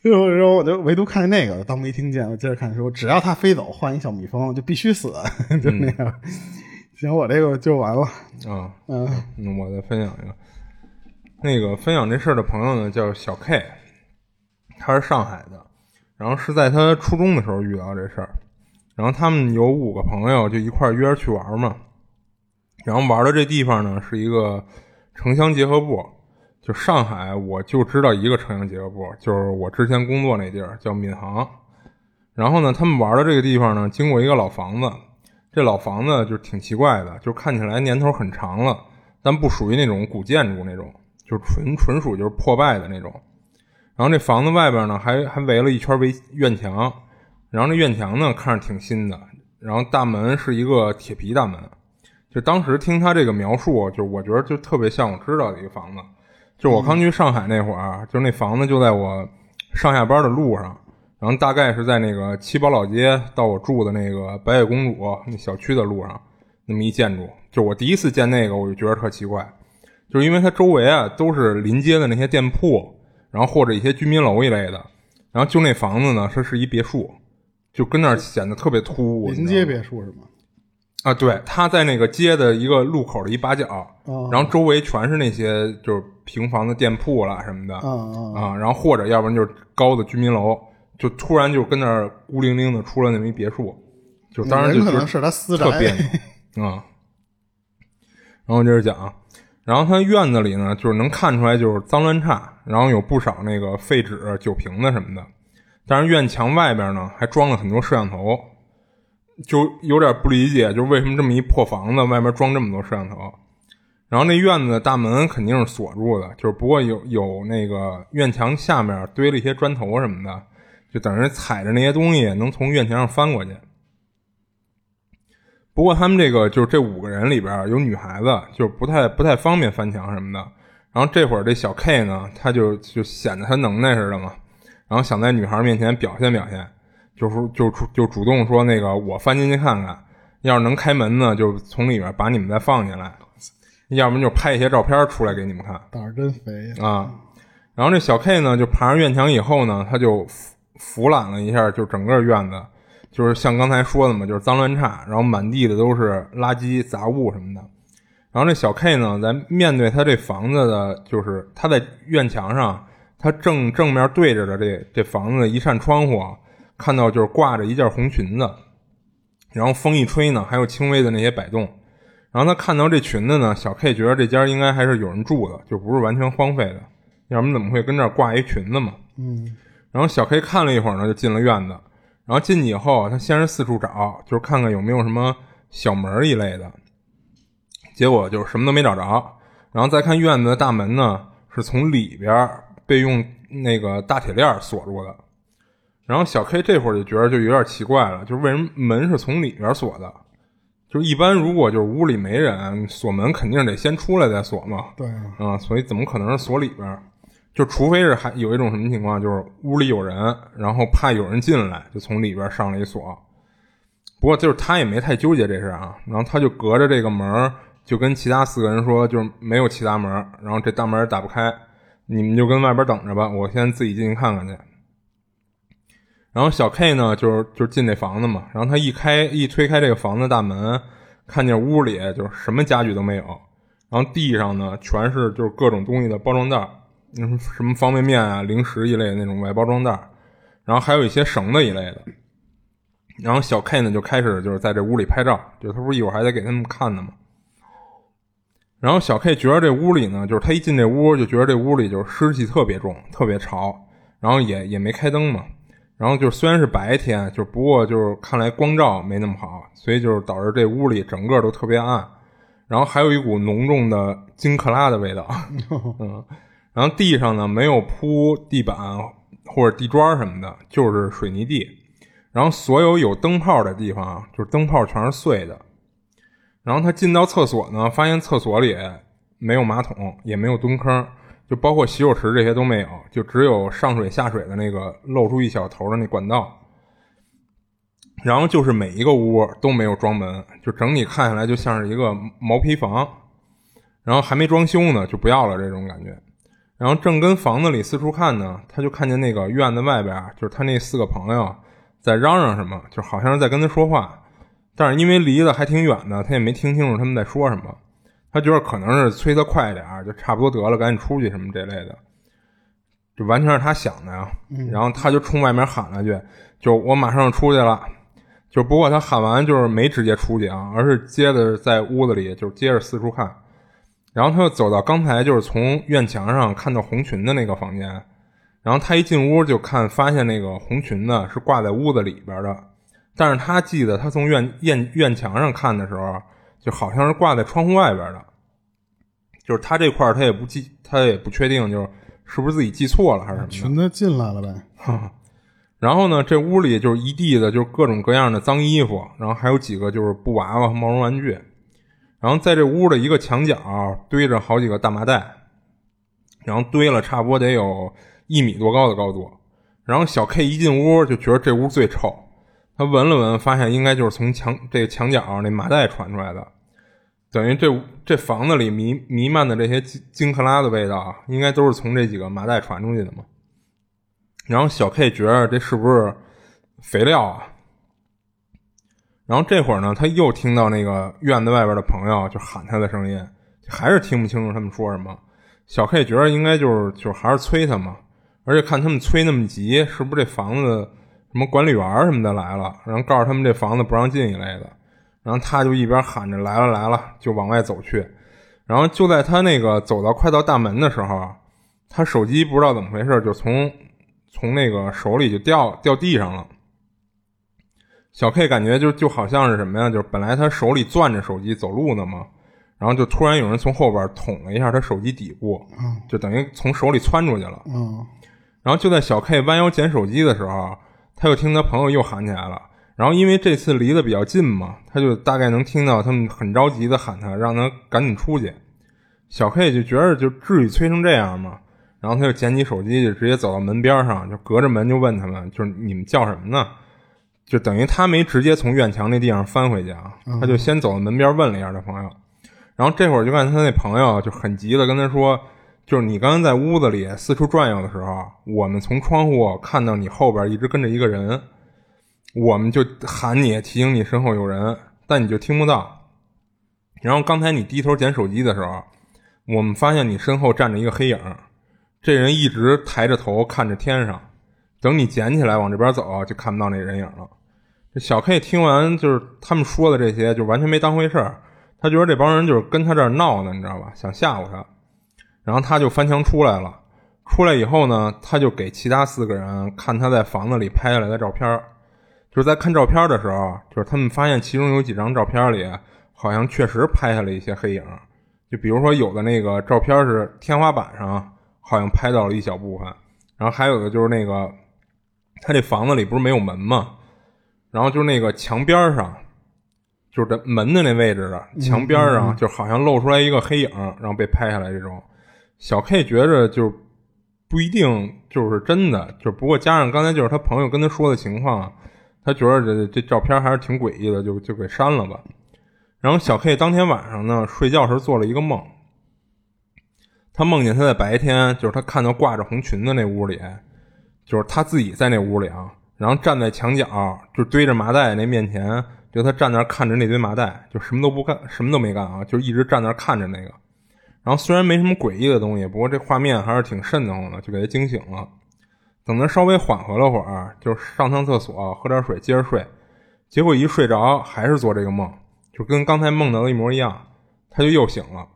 然后然后我就唯独看那个，当没听见。我接着看说，只要它飞走，换一小蜜蜂就必须死，就嗯那样。行，我这个就完了。啊。嗯、嗯，我再分享一个，那个分享这事儿的朋友呢叫小 K，他是上海的，然后是在他初中的时候遇到这事儿，然后他们有五个朋友就一块儿约着去玩儿嘛，然后玩儿的这地方呢是一个城乡结合部，就上海我就知道一个城乡结合部，就是我之前工作那地儿叫闵行，然后呢他们玩儿的这个地方呢经过一个老房子，这老房子就是挺奇怪的，就是看起来年头很长了，但不属于那种古建筑那种，就是纯纯属就是破败的那种。然后这房子外边呢，还还围了一圈围院墙，然后这院墙呢看着挺新的，然后大门是一个铁皮大门。就当时听他这个描述，就我觉得就特别像我知道的一个房子。就我刚嗯去上海那会儿，啊就是那房子就在我上下班的路上，然后大概是在那个七宝老街到我住的那个白雪公主那小区的路上，那么一建筑。就我第一次见那个，我就觉得特奇怪，就是因为它周围啊都是临街的那些店铺，然后或者一些居民楼一类的，然后就那房子呢，它是一别墅，就跟那儿显得特别突兀。临你知道吗街别墅是吗？啊，对，他在那个街的一个路口的一把角，哦然后周围全是那些就是平房的店铺啦什么的，啊啊啊！啊，然后或者要不然就是高的居民楼，就突然就跟那儿孤零零的出了那么一别墅，就当然就人可觉得能是他私特别宅，扭 [LAUGHS] 啊。然后接着讲啊，然后他院子里呢，就是能看出来就是脏乱差，然后有不少那个废纸、酒瓶子什么的。但是院墙外边呢，还装了很多摄像头，就有点不理解，就为什么这么一破房子外面装这么多摄像头。然后那院子的大门肯定是锁住的，就是不过有有那个院墙下面堆了一些砖头什么的，就等于踩着那些东西能从院墙上翻过去。不过他们这个就是这五个人里边儿有女孩子，就是不太不太方便翻墙什么的。然后这会儿这小 K 呢，他就就显得他能耐似的嘛，然后想在女孩面前表现表现，就是就主就主动说那个我翻进去看看，要是能开门呢，就从里面把你们再放进来，要不然就拍一些照片出来给你们看。胆儿真肥。啊。然后这小 K 呢，就爬上院墙以后呢，他就俯俯览了一下，就整个院子，就是像刚才说的嘛，就是脏乱差，然后满地的都是垃圾杂物什么的。然后这小 K 呢，在面对他这房子的，就是他在院墙上，他正正面对着的这这房子的一扇窗户，啊，看到就是挂着一件红裙子，然后风一吹呢，还有轻微的那些摆动。然后他看到这裙子呢，小 K 觉得这家应该还是有人住的，就不是完全荒废的，要不然怎么会跟这儿挂一裙子嘛？嗯，然后小 K 看了一会儿呢，就进了院子。然后进去以后，他先是四处找，就是看看有没有什么小门儿一类的，结果就是什么都没找着。然后再看院子的大门呢，是从里边儿被用那个大铁链儿锁住的。然后小 K 这会儿就觉得就有点奇怪了，就是为什么门是从里边儿锁的？就是一般如果就是屋里没人锁门，肯定得先出来再锁嘛。对啊，啊，所以怎么可能是锁里边儿？就除非是还有一种什么情况，就是屋里有人，然后怕有人进来，就从里边儿上了一锁。不过就是他也没太纠结这事儿啊，然后他就隔着这个门儿，就跟其他四个人说，就是没有其他门儿，然后这大门儿打不开，你们就跟外边儿等着吧，我先自己进去看看去。然后小 K 呢，就是就进这房子嘛，然后他一开一推开这个房子大门，看见屋里就是什么家具都没有，然后地上呢全是就是各种东西的包装袋儿，嗯什么方便面啊、零食一类的那种外包装袋儿，然后还有一些绳子一类的。然后小 K 呢就开始就是在这屋里拍照，就他不是一会儿还得给他们看呢嘛。然后小 K 觉得这屋里呢，就是他一进这屋就觉得这屋里就是湿气特别重，特别潮，然后也也没开灯嘛。然后就虽然是白天，就不过就是看来光照没那么好，所以就是导致这屋里整个都特别暗。然后还有一股浓重的金克拉的味道，嗯，然后地上呢没有铺地板或者地砖什么的，就是水泥地。然后所有有灯泡的地方啊，就是灯泡全是碎的。然后他进到厕所呢，发现厕所里没有马桶，也没有蹲坑，就包括洗手池这些都没有，就只有上水下水的那个露出一小头的那管道。然后就是每一个屋都没有装门，就整体看下来就像是一个毛坯房，然后还没装修呢，就不要了这种感觉。然后正跟房子里四处看呢，他就看见那个院子外边啊，就是他那四个朋友在嚷嚷什么，就好像是在跟他说话，但是因为离得还挺远呢，他也没听清楚他们在说什么。他觉得可能是催他快点儿，就差不多得了，赶紧出去什么这类的，就完全是他想的啊。然后他就冲外面喊了句：“就我马上出去了。”就不过他喊完就是没直接出去啊，而是接着在屋子里就接着四处看，然后他又走到刚才就是从院墙上看到红裙的那个房间，然后他一进屋就看发现那个红裙子是挂在屋子里边的，但是他记得他从院院院墙上看的时候，就好像是挂在窗户外边的，就是他这块儿他也不记，他也不确定，就是是不是自己记错了还是什么裙子进来了呗，的。然后呢，这屋里就是一地的，就是各种各样的脏衣服，然后还有几个就是布娃娃、毛绒玩具，然后在这屋的一个墙角啊堆着好几个大麻袋，然后堆了差不多得有一米多高的高度。然后小 K 一进屋就觉得这屋最臭，他闻了闻，发现应该就是从墙这墙角那麻袋传出来的，等于这屋这房子里弥弥漫的这些金金克拉的味道啊，应该都是从这几个麻袋传出去的嘛。然后小 K 觉得这是不是肥料啊？然后这会儿呢，他又听到那个院子外边的朋友就喊他的声音，还是听不清楚他们说什么。小 K 觉得应该就是就是还是催他嘛，而且看他们催那么急，是不是这房子什么管理员儿什么的来了，然后告诉他们这房子不让进一类的。然后他就一边喊着来了来了，就往外走去。然后就在他那个走到快到大门的时候啊，他手机不知道怎么回事就从从那个手里就掉掉地上了。小 K 感觉就就好像是什么呀？就是本来他手里攥着手机走路呢嘛，然后就突然有人从后边捅了一下他手机底部，就等于从手里窜出去了。嗯，然后就在小 K 弯腰捡手机的时候，啊他又听他朋友又喊起来了。然后因为这次离得比较近嘛，他就大概能听到他们很着急的喊他，让他赶紧出去。小 K 就觉得就至于催成这样吗？然后他就捡起手机，就直接走到门边上，就隔着门就问他们，就是你们叫什么呢？就等于他没直接从院墙那地方翻回去啊，他就先走到门边问了一下他朋友。然后这会儿就看他那朋友啊就很急的跟他说，就是你刚才在屋子里四处转悠的时候，我们从窗户看到你后边一直跟着一个人，我们就喊你提醒你身后有人，但你就听不到。然后刚才你低头捡手机的时候，我们发现你身后站着一个黑影，这人一直抬着头看着天上。等你捡起来往这边走，就看不到那人影了。这小 K 听完就是他们说的这些，就完全没当回事儿。他觉得这帮人就是跟他这儿闹呢，你知道吧？想吓唬他。然后他就翻墙出来了。出来以后呢，他就给其他四个人看他在房子里拍下来的照片儿。就是在看照片儿的时候，就是他们发现其中有几张照片里好像确实拍下了一些黑影儿，就比如说有的那个照片是天花板上好像拍到了一小部分，然后还有的就是那个他这房子里不是没有门吗？然后就是那个墙边儿上，就是这门的那位置的墙边儿上，就好像露出来一个黑影，然后被拍下来。这种小 K 觉着就不一定就是真的，就不过加上刚才就是他朋友跟他说的情况，啊他觉着这这照片还是挺诡异的，就就给删了吧。然后小 K 当天晚上呢，睡觉时做了一个梦，他梦见他在白天，就是他看到挂着红裙子那屋里，就是他自己在那屋里啊，然后站在墙角，就堆着麻袋那面前，就他站那儿看着那堆麻袋，就什么都不干，什么都没干啊，就一直站那儿看着那个。然后虽然没什么诡异的东西，不过这画面还是挺瘆得慌的，就给他惊醒了。等他稍微缓和了会儿，就上趟厕所，喝点水，接着睡。结果一睡着，还是做这个梦，就跟刚才梦到的一模一样，他就又醒了。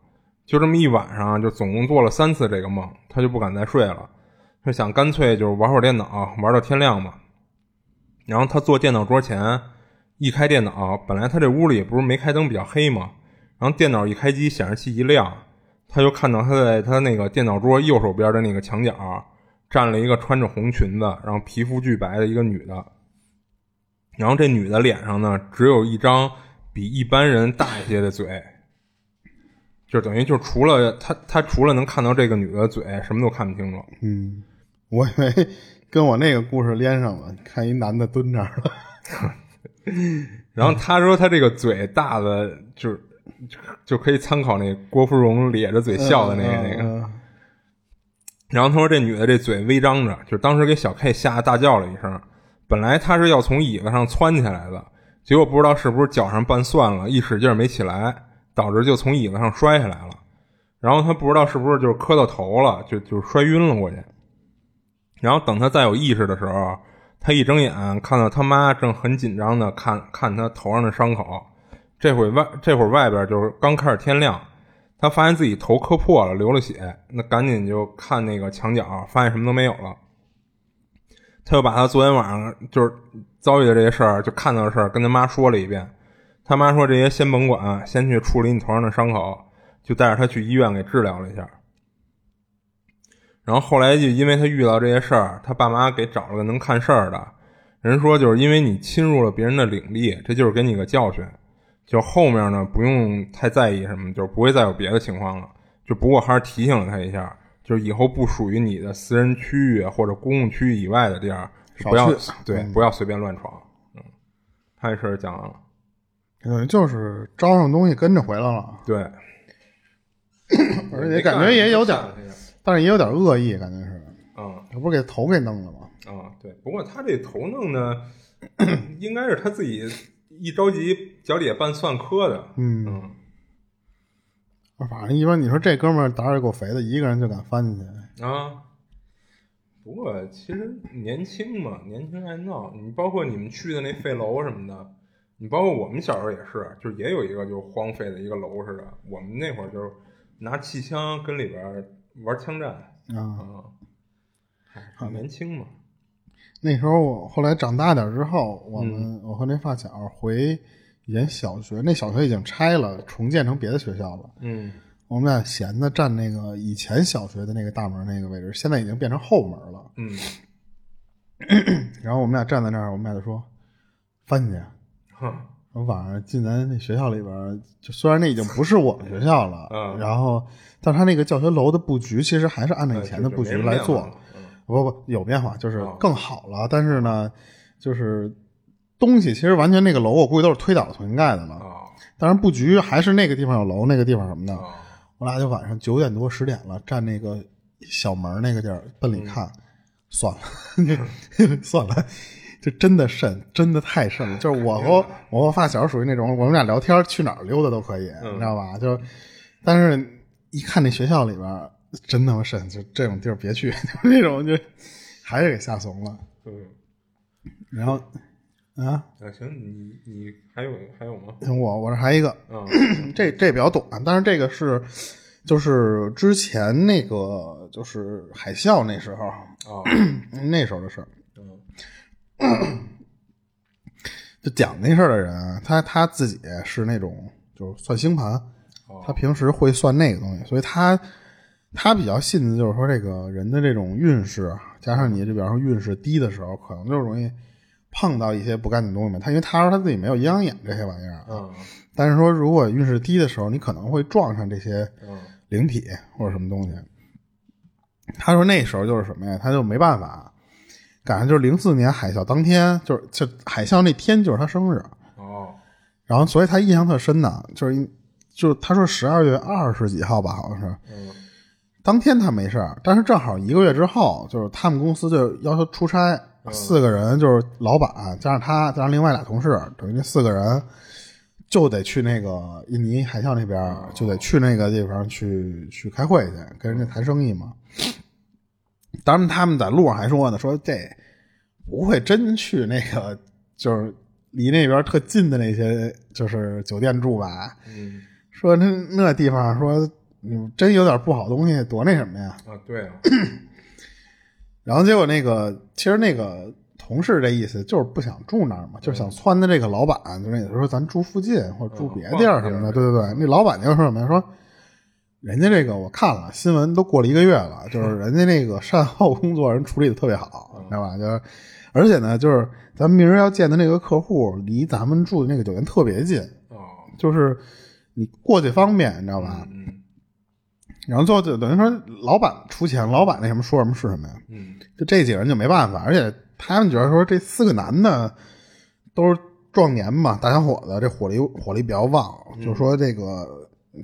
就这么一晚上，就总共做了三次这个梦，他就不敢再睡了。就想干脆就是玩会儿电脑，玩到天亮吧。然后他坐电脑桌前，一开电脑，本来他这屋里不是没开灯比较黑嘛，然后电脑一开机，显示器一亮，他就看到他在他那个电脑桌右手边的那个墙角站了一个穿着红裙子，然后皮肤巨白的一个女的。然后这女的脸上呢，只有一张比一般人大一些的嘴，就等于就除了他，他除了能看到这个女的嘴，什么都看不清楚。嗯，我以为 [LAUGHS] 跟我那个故事连上了，看一男的蹲那儿了，然后他说他这个嘴大的就是就就可以参考那郭芙蓉咧着嘴 [LAUGHS] 笑的那嗯个那个。个，然后他说这女的这嘴微张着，就当时给小 K 吓得大叫了一声。本来他是要从椅子上窜起来的，结果不知道是不是脚上绊蒜了，一使劲儿没起来，导致就从椅子上摔下来了。然后他不知道是不是就是磕到头了，就就摔晕了过去。然后等他再有意识的时候，他一睁眼看到他妈正很紧张的看看他头上的伤口。这会外这会儿外边就是刚开始天亮，他发现自己头磕破了，流了血，那赶紧就看那个墙角，发现什么都没有了。他又把他昨天晚上就是遭遇的这些事儿，就看到的事儿，跟他妈说了一遍。他妈说这些先甭管，先去处理你头上的伤口，就带着他去医院给治疗了一下。然后后来就因为他遇到这些事儿，他爸妈给找了个能看事儿的人，说就是因为你侵入了别人的领地，这就是给你个教训。就后面呢不用太在意什么，就是不会再有别的情况了。就不过还是提醒了他一下，就是以后不属于你的私人区域啊或者公共区域以外的地儿，就不要少去对、不要随便乱闯。嗯，他这事儿讲完了。等于嗯就是招上东西跟着回来了，对，嗯而且感觉也有点，但是也有点恶意，感觉是，嗯这不是给头给弄了吗？嗯，对。不过他这头弄的，应该是他自己一着急，脚底下拌蒜磕的。嗯，嗯反正一般你说这哥们儿胆儿也够肥的，一个人就敢翻进去，啊。不过其实年轻嘛，年轻爱闹。你包括你们去的那废楼什么的，你包括我们小时候也是，啊就是也有一个就是荒废的一个楼似的。我们那会儿就是拿气枪跟里边儿玩枪战啊、啊，还年轻嘛。那时候我后来长大点儿之后，我嗯们、我和那发小回以前小学，那小学已经拆了，重建成别的学校了。嗯我们俩闲的站那个以前小学的那个大门那个位置，现在已经变成后门了。嗯然后我们俩站在那儿，我们俩就说翻去。哼我晚上进咱那学校里边儿，就虽然那已经不是我们学校了，嗯然后，但他那个教学楼的布局其实还是按照以前的呃就布没局什么来变做。化了嗯不不，有变化，就是哦更好了。但是呢，就是东西其实完全那个楼，我估计都是推倒重新盖的了。啊当然布局还是那个地方有楼，那个地方什么的。啊我俩就晚上九点多十点了，站那个小门那个地儿奔里看，算了， [LAUGHS] 算了。就真的肾，真的太肾了。就是我和我和发小属于那种，我们俩聊天去哪儿溜达都可以，嗯你知道吧？就，但是一看那学校里边儿，真他妈肾，就这种地儿别去， [LAUGHS] 就那种就还是给吓怂了。嗯。然后啊，啊，行，你你还有还有吗？我我这还一个，啊， [CLEARS THROAT] 这这比较短，但是这个是就是之前那个就是海啸那时候，啊，那时候的事儿。 [COUGHS] 嗯就讲那事儿的人，啊他他自己是那种就是算星盘哦，他平时会算那个东西，所以他他比较信的就是说这个人的这种运势，啊加上你这比方说运势低的时候，可能就容易碰到一些不干净的东西嘛。他因为他说他自己没有阴阳眼这些玩意儿啊，嗯但是说如果运势低的时候，你可能会撞上这些嗯灵体或者什么东西。他说那时候就是什么呀？他就没办法，赶上就是零四年海啸当天，就是就海啸那天就是他生日，哦然后所以他印象特深呢，就是因就是他说十二月二十几号吧，好像是嗯当天他没事儿，但是正好一个月之后，就是他们公司就要求出差，四个人就是老板加上他加上另外俩同事，等于那四个人就得去那个印尼海啸那边儿，就得去那个地方去去开会去，跟人家谈生意嘛。当然他们在路上还说呢，说这不会真去那个就是离那边特近的那些就是酒店住吧？嗯说那那地方说，嗯，真有点不好东西，多那什么呀？啊，对啊，然后结果那个，其实那个同事这意思就是不想住那儿嘛，就是想撺掇这个老板，就那个说咱住附近或者住别地儿什么的，嗯对对对。那老板就说什么呀？说人家这个我看了新闻，都过了一个月了，就是人家那个善后工作人处理的特别好，你知道吧？就是而且呢，就是咱明儿要见的那个客户离咱们住的那个酒店特别近， [CLEARS THROAT] 哦，就是你过去方便，你知道吧？嗯然后最后就等于说老板出钱，老板那什么说什么是什么呀？嗯就这几个人就没办法，而且他们觉得说这四个男的都是壮年嘛，大小伙子，这火力火力比较旺，就说这个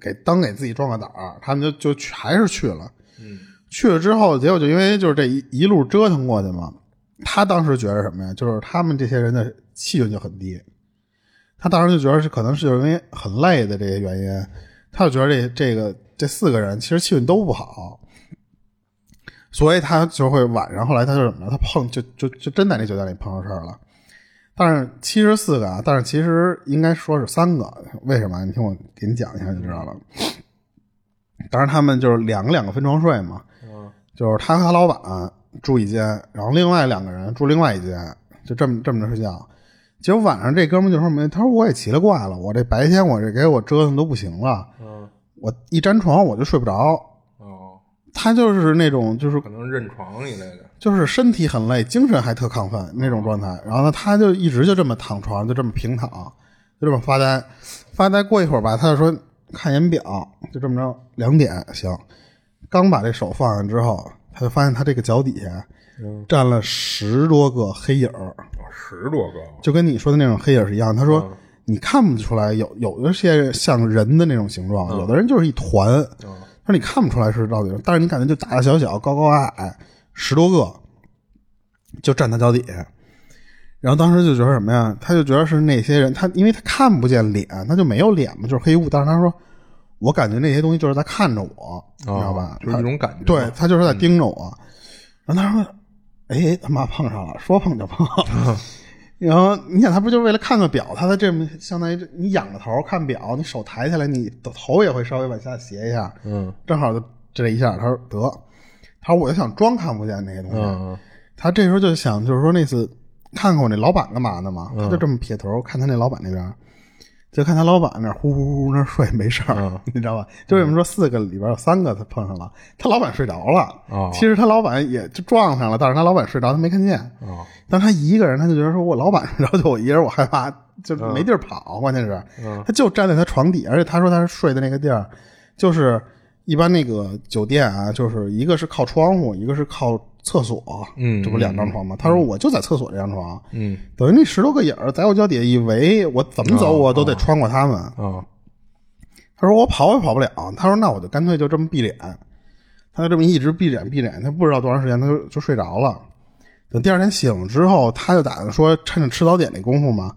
给当给自己壮个胆儿，他们就就去还是去了。嗯去了之后，结果就因为就是这一一路折腾过去嘛，他当时觉得什么呀？就是他们这些人的气运就很低，他当时就觉得是可能是因为很累的这些原因，他就觉得这这个这四个人其实气运都不好，所以他就会晚上后来他就怎么着，他碰就就就真在那酒店里碰上事儿了。但是其实四个啊，但是其实应该说是三个，为什么啊？你听我给你讲一下就知道了。当然他们就是两个两个分床睡嘛，啊就是他和他老板住一间，然后另外两个人住另外一间，就这么这么着睡觉。结果晚上这哥们就说没，他说我也奇了怪了，我这白天我这给我折腾都不行了，嗯，我一沾床我就睡不着。哦，他就是那种就是可能认床一类的，就是身体很累，精神还特亢奋那种状态。然后呢，他就一直就这么躺床，就这么平躺，就这么发呆，发呆。过一会儿吧，他就说看眼表，就这么着，两点行。刚把这手放下之后，他就发现他这个脚底下嗯，站了十多个黑影儿，哦十多个，就跟你说的那种黑影儿是一样。他说。嗯你看不出来有有的些像人的那种形状，有的人就是一团，嗯他说你看不出来是到底是，但是你感觉就大大小小、高高矮矮十多个，就站他脚底下。然后当时就觉得什么呀？他就觉得是那些人，他因为他看不见脸，他就没有脸嘛，就是黑雾。但是他说，我感觉那些东西就是在看着我，你知道吧？哦嗯就是一种感觉，对，他就是在盯着我。然后他说：“哎，他妈碰上了，说碰就 [LAUGHS] 碰。然后你想，他不就为了看看表？他在这么相当于这你仰着头看表，你手抬起来，你的头也会稍微往下斜一下，嗯正好就这一下。他说得，他说我就想装看不见那些东西。嗯他这时候就想，就是说那次看看我那老板干嘛呢嘛，他就嗯这么撇头看他那老板那边，就看他老板那儿呼呼呼那儿睡没事儿，嗯 [LAUGHS] 你知道吧？就为什么说四个里边有三个他碰上了，他老板睡着了。哦其实他老板也就撞上了，但是他老板睡着，他没看见。哦但他一个人，他就觉得说我老板睡着就我一人，我害怕，就是没地儿跑。啊关键是，嗯他就站在他床底，而且他说他睡的那个地儿，就是一般那个酒店啊，就是一个是靠窗户，一个是靠厕所，嗯这不两张床吗？他说我就在厕所这张床，嗯等于那十多个影儿在我脚底下一围，我怎么哦走我都得穿过他们。啊他说我跑也跑不了，他说那我就干脆就这么闭脸，他就这么一直闭脸闭脸，他不知道多长时间他就就睡着了。等第二天醒了之后，他就打算说趁着吃早点那功夫嘛，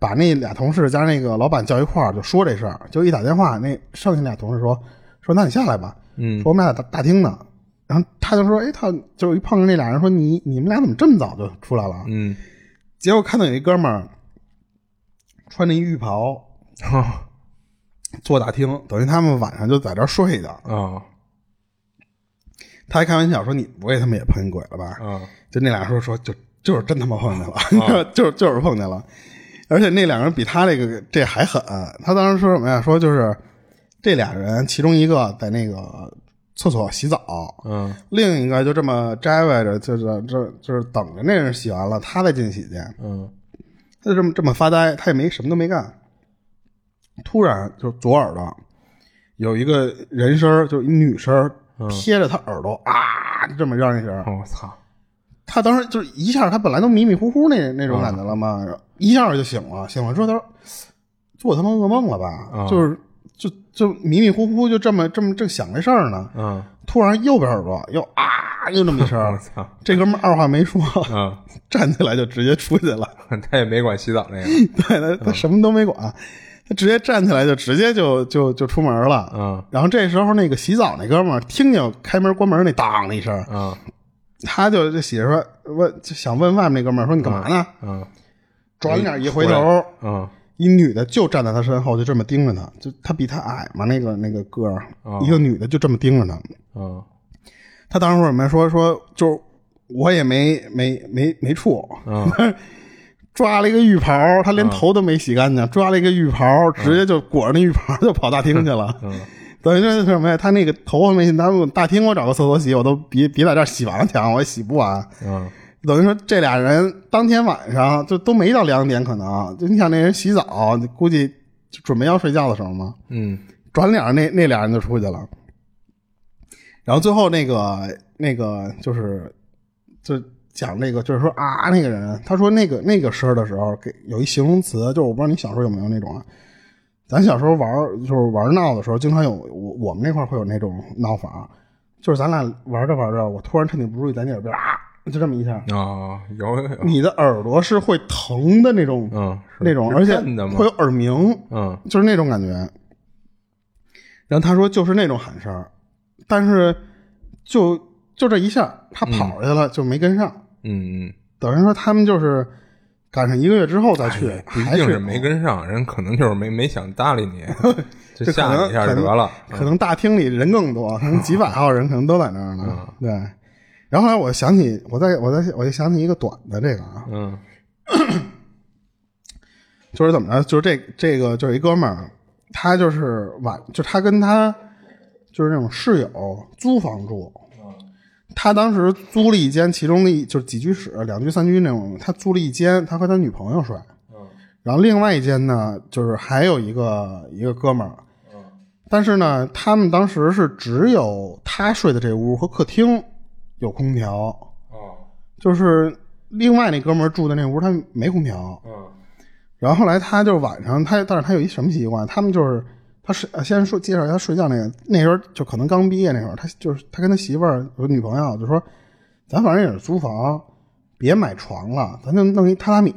把那俩同事加那个老板叫一块儿就说这事儿，就一打电话，那剩下俩同事说说那你下来吧，嗯说我们俩在大厅呢。然后他就说：“哎，他就是一碰上那俩人说你你们俩怎么这么早就出来了？”嗯，结果看到有一哥们儿穿着一浴袍，啊坐大厅，等于他们晚上就在这儿睡的。啊他还开玩笑说：“你不会他们也碰见鬼了吧啊？”就那俩说说就就是真他妈碰见了， [LAUGHS] 就就就是碰见了。而且那两个人比他这个这还狠。他当时说什么呀？说就是这俩人其中一个在那个厕所洗澡，嗯另一个就这么摘歪着，就是这就是等着那人洗完了，他再进洗去。嗯他就这么这么发呆，他也没什么都没干。突然就是左耳朵有一个人声儿，就是一女声儿贴着他耳朵啊，就这么嚷一声。嗯我操他当时就是一下，他本来都迷迷糊糊那那种感觉了嘛，一下就醒了。醒了之后，他说：“做他妈噩梦了吧？”啊就是就就迷迷糊糊就这么这么正想这事儿呢，嗯突然右边耳朵又啊又这么一声我儿，操这哥们儿二话没说 [LAUGHS] 啊！站起来就直接出去了。 [LAUGHS] 他也没管洗澡那 [LAUGHS] 个，对他，他什么都没管，他直接站起来就直接就就就出门了。嗯然后这时候那个洗澡那哥们儿听见开门关门那当的一声，嗯他就就洗着说问就想问外面那哥们儿说你干嘛呢？嗯哎转脸一回出头来，嗯一女的就站在他身后，就这么盯着他，就他比他矮嘛，那个那个个儿哦，一个女的就这么盯着他。嗯他当时说什么呀说说就是我也没没没没处，嗯 [LAUGHS] 抓了一个浴袍，他连头都没洗干净，抓了一个浴袍，直接就裹着那浴袍就跑大厅去了。嗯 [LAUGHS] 等于说是什么呀？他那个头发没洗，他们大厅我找个厕所洗，我都比比在这儿洗完了强，我也洗不完。嗯等于说这俩人当天晚上就都没到两点，可能就你想那人洗澡，估计就准备要睡觉的时候嘛，嗯转脸儿那那俩人就出去了。然后最后那个那个就是就讲那个就是说啊那个人，他说那个那个声儿的时候，给有一形容词，就是我不知道你小时候有没有那种啊。咱小时候玩儿就是玩闹的时候，经常有我我们那块儿会有那种闹法儿，就是咱俩玩着玩着，我突然趁你不注意在你耳边啊，就这么一下，啊有有你的耳朵是会疼的那种、嗯是那种，是而且震的吗会有耳鸣。嗯就是那种感觉。然后他说就是那种喊声儿，但是就就这一下，他跑出去了、就没跟上，嗯嗯，等于说他们就是赶上一个月之后再去，哎不一还定是是没，跟上，人可能就是没没想搭理 [LAUGHS] 你，就吓你一下得了。嗯可能大厅里人更多，可能几百号人可能都在那儿呢。对，然后后来我想起，我再我再我就想起一个短的这个啊，嗯就是怎么着，就是这这个就是一哥们儿，他就是晚，就他跟他就是那种室友租房住，他当时租了一间，其中的一就是几居室，两居三居那种，他租了一间，他和他女朋友睡，然后另外一间呢，就是还有一个一个哥们儿，但是呢，他们当时是只有他睡的这屋和客厅有空调，哦就是另外那哥们儿住的那屋他没空调。嗯然后后来他就晚上，他但是他有一什么习惯？他们就是他睡，呃先说介绍一下睡觉那个，那时候就可能刚毕业那会儿，他就是他跟他媳妇儿有女朋友就说，咱反正也是租房，别买床了，咱就弄一榻榻米，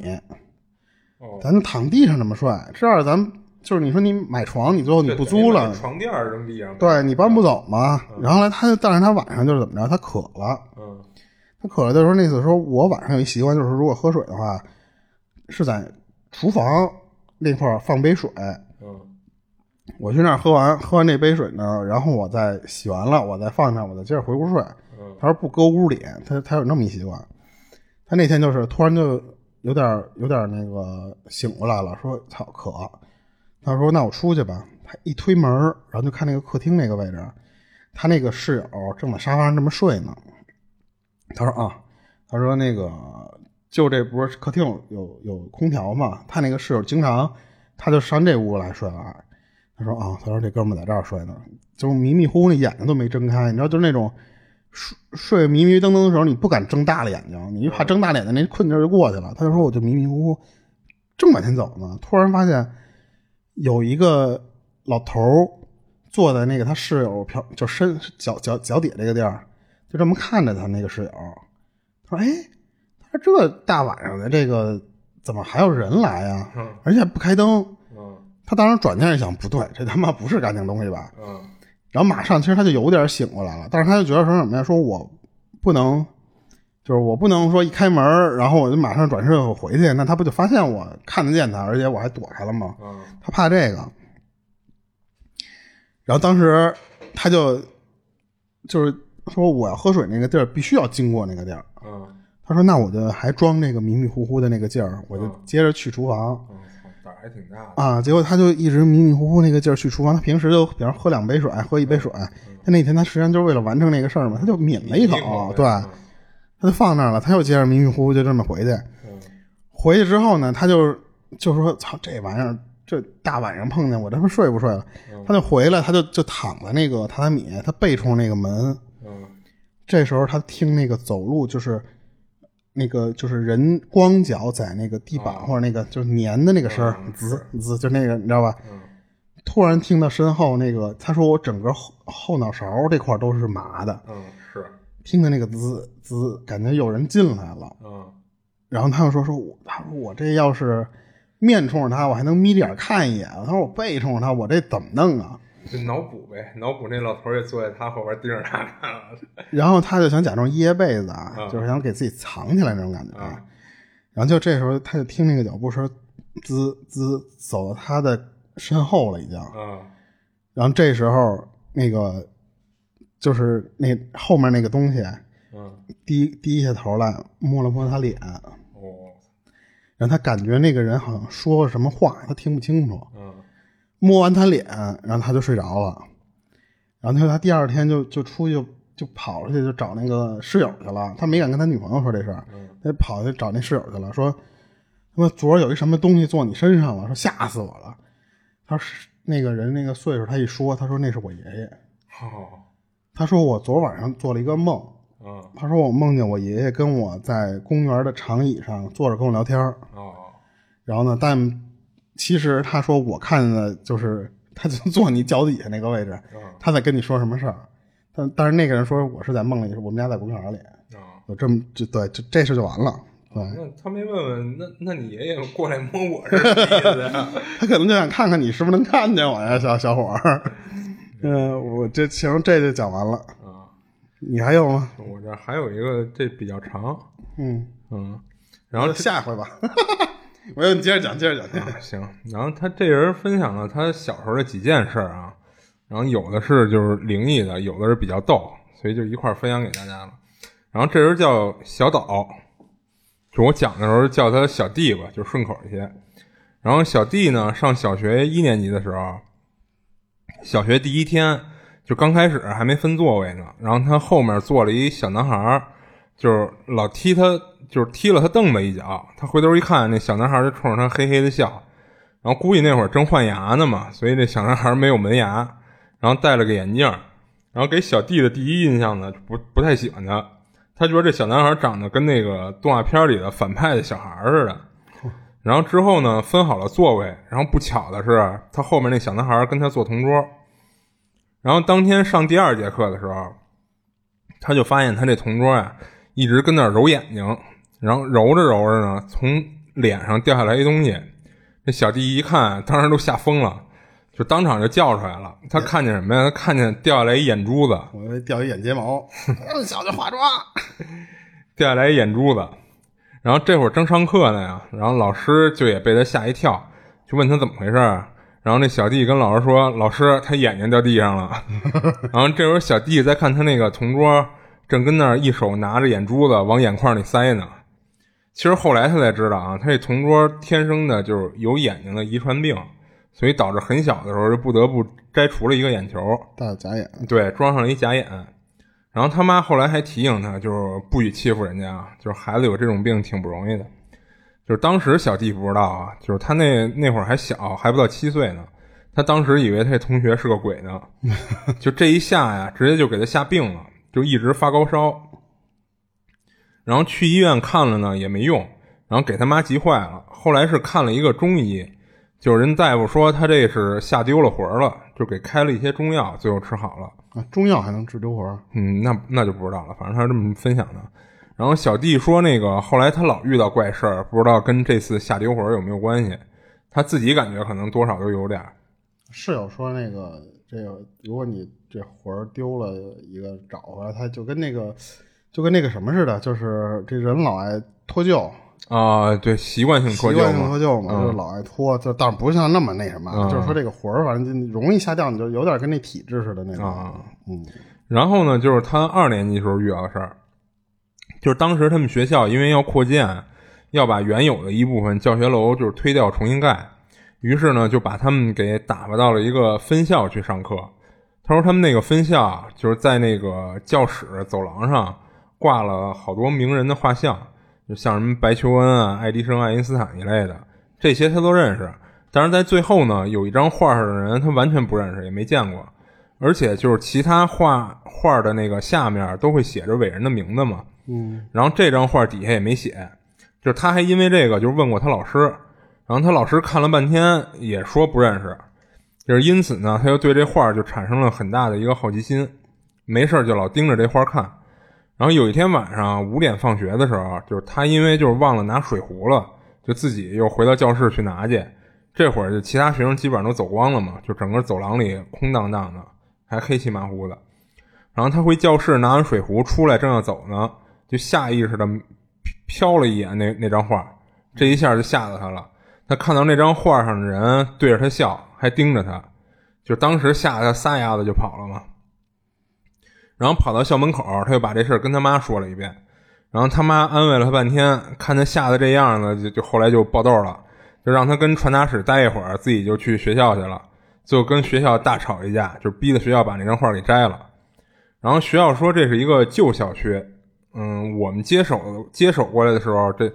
哦，咱就躺地上这么睡。这样咱就是你说你买床，你最后你对不等于租把了那，床垫儿扔地上，，对你搬不走嘛。然后呢，他就但是他晚上就是怎么着，他渴了。嗯他渴了的时候，那次说我晚上有一习惯，就是如果喝水的话，是在厨房那块儿放杯水，嗯我去那儿喝完喝完这杯水呢，然后我再洗完了，我再放那儿，我再接着回屋睡。嗯他说不搁屋里，他他有那么一习惯。他那天就是突然就有点儿有点儿那个醒过来了，说操渴。他说那我出去吧。他一推门儿，然后就看那个客厅那个位置，他那个室友正在沙发上这么睡呢。他说啊，他说那个就这不是客厅有有有空调嘛？他那个室友经常他就上这屋来睡了。他说啊，他说这哥们儿在这儿睡呢，就是迷迷糊糊那眼睛都没睁开，你知道，就是那种睡睡迷迷瞪瞪的时候，你不敢睁大了眼睛，你怕睁大了眼睛那困劲儿就过去了。他就说我就迷迷糊糊正往前走呢，突然发现有一个老头儿坐在那个他室友飘就身脚脚脚底这个地儿，就这么看着他那个室友。他说：“哎，他说这大晚上的这个怎么还有人来呀、嗯而且还不开灯。”嗯他当时转念一想，不对，这他妈不是干净东西吧？嗯然后马上其实他就有点醒过来了，但是他就觉得说什么呀？说我不能，就是我不能说一开门，然后我就马上转身我回去，那他不就发现我看得见他，而且我还躲开了吗？嗯他怕这个。然后当时他就就是说我要喝水那个地儿必须要经过那个地儿。嗯，他说那我就还装那个迷迷糊糊的那个劲儿，我就嗯接着去厨房。嗯操胆儿还挺大的，啊，结果他就一直迷迷糊糊那个劲儿去厨房。他平时就比方喝两杯水，喝一杯水。他那天他实际上就是为了完成那个事儿嘛，他就嗯抿了一口，啊对，嗯他就放那儿了。他又接着迷迷糊糊就这么回去。嗯回去之后呢，他就就说：“操，这玩意儿，这大晚上碰见我，这不睡不睡了？”他就回来，他就就躺在那个榻榻米，他背冲那个门。嗯这时候他听那个走路，就是那个就是人光脚在那个地板、啊或者那个就是粘的那个声儿，嗯滋滋，就那个你知道吧？嗯突然听到身后那个，他说我整个后后脑勺这块都是麻的，嗯是，听的那个滋滋，感觉有人进来了。嗯然后他又说说我，他说我这要是面冲着他，我还能眯着眼看一眼。他说我背冲着他，我这怎么弄啊？就脑补呗，脑补那老头儿也坐在他后边盯着他看，然后他就想假装掖被子啊嗯，就是想给自己藏起来那种感觉。啊然后就这时候他就听那个脚步声，滋滋走到他的身后了，已经。嗯然后这时候那个就是那后面那个东西。嗯，低低下头来摸了摸他脸，哦，让他感觉那个人好像说了什么话，他听不清楚。嗯摸完他脸，然后他就睡着了。然后他他第二天就就出去就跑出去就找那个室友去了，他没敢跟他女朋友说这事儿，嗯他跑去找那室友去了，说他妈昨儿有一什么东西坐你身上了，说吓死我了。他说是那个人那个岁数，他一说，他说那是我爷爷。哦，他说我昨晚上做了一个梦，嗯他说我梦见我爷爷跟我在公园的长椅上坐着跟我聊天儿哦，然后呢，但其实他说我看的就是他就坐你脚底下那个位置，嗯他在跟你说什么事儿。但但是那个人说我是在梦里，我们家在公园里，嗯。就这么就对，就这事就完了。对那他没问问，那那你爷爷过来摸我是什么意思啊呀？他可能就想看看你是不是能看见我呀，小小伙儿。嗯，我这行，这就讲完了。啊，你还有吗？ [LAUGHS] 我这还有一个，这比较长，嗯，嗯，然后这 [LAUGHS] 下回吧。 [LAUGHS] 我要你接着讲，接着讲，接着讲。啊 [LAUGHS] 行，然后他这人分享了他小时候的几件事儿啊，然后有的是就是灵异的，有的是比较逗，所以就一块儿分享给大家了。然后这人叫小岛，就我讲的时候叫他小弟吧，就顺口一些。然后小弟呢，上小学一年级的时候，小学第一天就刚开始还没分座位呢，然后他后面坐了一小男孩儿，就是老踢他，就是踢了他凳子一脚。他回头一看，那小男孩儿就冲着他嘿嘿的笑。然后估计那会儿正换牙呢嘛，所以这小男孩儿没有门牙，然后戴了个眼镜儿，然后给小弟的第一印象呢，不不太喜欢他。他觉得这小男孩儿长得跟那个动画片里的反派的小孩儿似的。然后之后呢，分好了座位。然后不巧的是，他后面那小男孩儿跟他坐同桌。然后当天上第二节课的时候，他就发现他这同桌啊，一直跟那儿揉眼睛，然后揉着揉着呢，从脸上掉下来一东西。这小弟一看，当时都吓疯了，就当场就叫出来了。他看见什么呀？他看见掉下来一眼珠子，我以为掉一眼睫 [LAUGHS] 毛，那么小就化妆，掉下来一眼珠子。然后这会儿正上课呢呀，然后老师就也被他吓一跳，就问他怎么回事儿。然后那小弟跟老师说：“老师，他眼睛掉地上了。”然后这会儿小弟在看他那个同桌正跟那儿一手拿着眼珠子往眼眶里塞呢。其实后来他才知道啊，他这同桌天生的就是有眼睛的遗传病，所以导致很小的时候就不得不摘除了一个眼球。大有假眼，对，装上了一假眼。然后他妈后来还提醒他，就是不许欺负人家啊，就是孩子有这种病挺不容易的。就是当时小弟不知道啊，就是他那那会儿还小，还不到七岁呢，他当时以为他这同学是个鬼呢，就这一吓呀，直接就给他吓病了，就一直发高烧。然后去医院看了呢，也没用，然后给他妈急坏了。后来是看了一个中医，就是人大夫说他这是吓丢了魂儿了，就给开了一些中药，最后吃好了。啊，中药还能治丢魂儿，嗯，那那就不知道了，反正他是这么分享的。然后小弟说，那个后来他老遇到怪事儿，不知道跟这次下丢魂儿有没有关系。他自己感觉可能多少都有点儿。是有说那个这个，如果你这魂儿丢了一个找回来，他就跟那个就跟那个什么似的，就是这人老爱脱臼，啊、对，习惯性习脱臼惯性嘛脱。臼嘛，嗯就是老爱脱，就但是不像那么那什么，嗯就是说这个魂儿反正就容易下降，你就有点跟那体质似的那种，啊嗯，然后呢，就是他二年级时候遇到的事儿，就是当时他们学校因为要扩建，要把原有的一部分教学楼就是推掉重新盖，于是呢就把他们给打发到了一个分校去上课。他说他们那个分校啊就是在那个教室走廊上挂了好多名人的画像，就像什么白求恩啊、爱迪生、爱因斯坦一类的，这些他都认识。但是在最后呢，有一张画上的人他完全不认识，也没见过。而且就是其他画画的那个下面都会写着伟人的名字嘛，嗯，然后这张画底下也没写，就是他还因为这个就是问过他老师，然后他老师看了半天也说不认识，就是因此呢，他就对这画就产生了很大的一个好奇心，没事儿就老盯着这画看。然后有一天晚上五点放学的时候，啊就是他因为就是忘了拿水壶了，就自己又回到教室去拿去。这会儿就其他学生基本上都走光了嘛，就整个走廊里空荡荡的，还黑漆麻糊的。然后他回教室拿完水壶出来，正要走呢，就下意识的瞟了一眼那那张画，这一下就吓到他了。他看到那张画上的人对着他笑，还盯着他，就当时吓得他撒丫子就跑了嘛。然后跑到校门口，他又把这事儿跟他妈说了一遍，然后他妈安慰了他半天，看他吓得这样呢，就就后来就爆豆了，就让他跟传达室待一会儿，自己就去学校去了，最后跟学校大吵一架，就逼着学校把那张画给摘了。然后学校说这是一个旧校区，嗯，我们接手接手过来的时候，这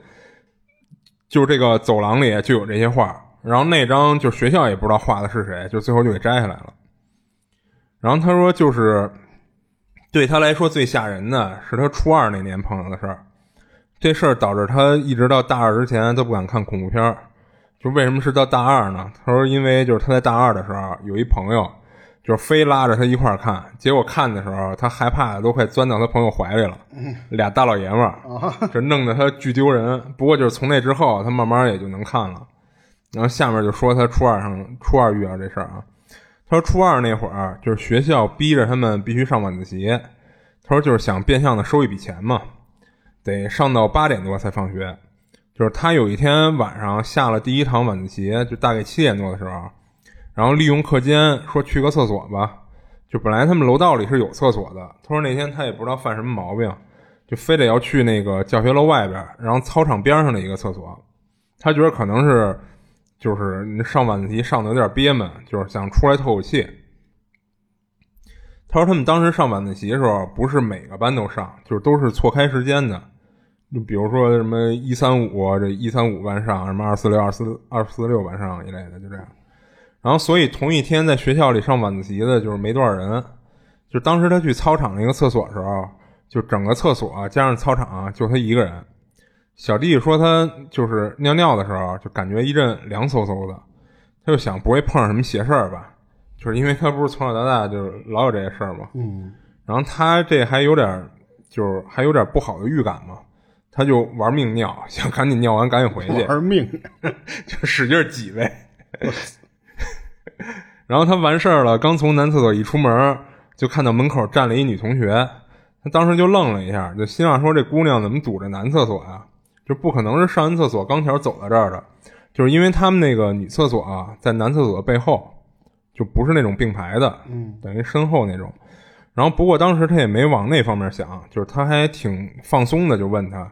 就是这个走廊里就有这些画，然后那张就学校也不知道画的是谁，就最后就给摘下来了。然后他说，就是对他来说最吓人的是他初二那年碰到的事儿，这事儿导致他一直到大二之前都不敢看恐怖片儿。就为什么是到大二呢？他说，因为就是他在大二的时候有一朋友，就是非拉着他一块儿看，结果看的时候他害怕的都快钻到他朋友怀里了，俩大老爷们儿，这弄得他巨丢人。不过就是从那之后，他慢慢也就能看了。然后下面就说他初二上初二遇到这事儿啊，他说初二那会儿就是学校逼着他们必须上晚自习，他说就是想变相的收一笔钱嘛，得上到八点多才放学。就是他有一天晚上下了第一堂晚自习，就大概七点多的时候，然后利用课间说去个厕所吧。就本来他们楼道里是有厕所的，他说那天他也不知道犯什么毛病，就非得要去那个教学楼外边儿，然后操场边上的一个厕所。他觉得可能是就是你上晚自习上的有点憋闷，就是想出来透口气。他说他们当时上晚自习的时候，不是每个班都上，就是都是错开时间的。就比如说什么一三五，啊这一三五班上，什么二四六、二四二四六班上一类的，就这样。然后，所以同一天在学校里上晚自习的，就是没多少人。就当时他去操场那个厕所的时候，就整个厕所加上操场就他一个人。小弟说他就是尿尿的时候，就感觉一阵凉飕飕的，他就想不会碰上什么邪事儿吧？就是因为他不是从小到大就是老有这些事儿嘛。嗯，然后他这还有点儿就是还有点不好的预感嘛，他就玩命尿，想赶紧尿完赶紧回去，玩命，就使劲挤呗。然后他完事儿了，刚从男厕所一出门，就看到门口站了一女同学，他当时就愣了一下，就心想说这姑娘怎么堵着男厕所呀、啊就不可能是上完厕所刚巧走到这儿的，就是因为他们那个女厕所啊，在男厕所的背后，就不是那种并排的，嗯，等于身后那种。然后不过当时他也没往那方面想，就是他还挺放松的，就问他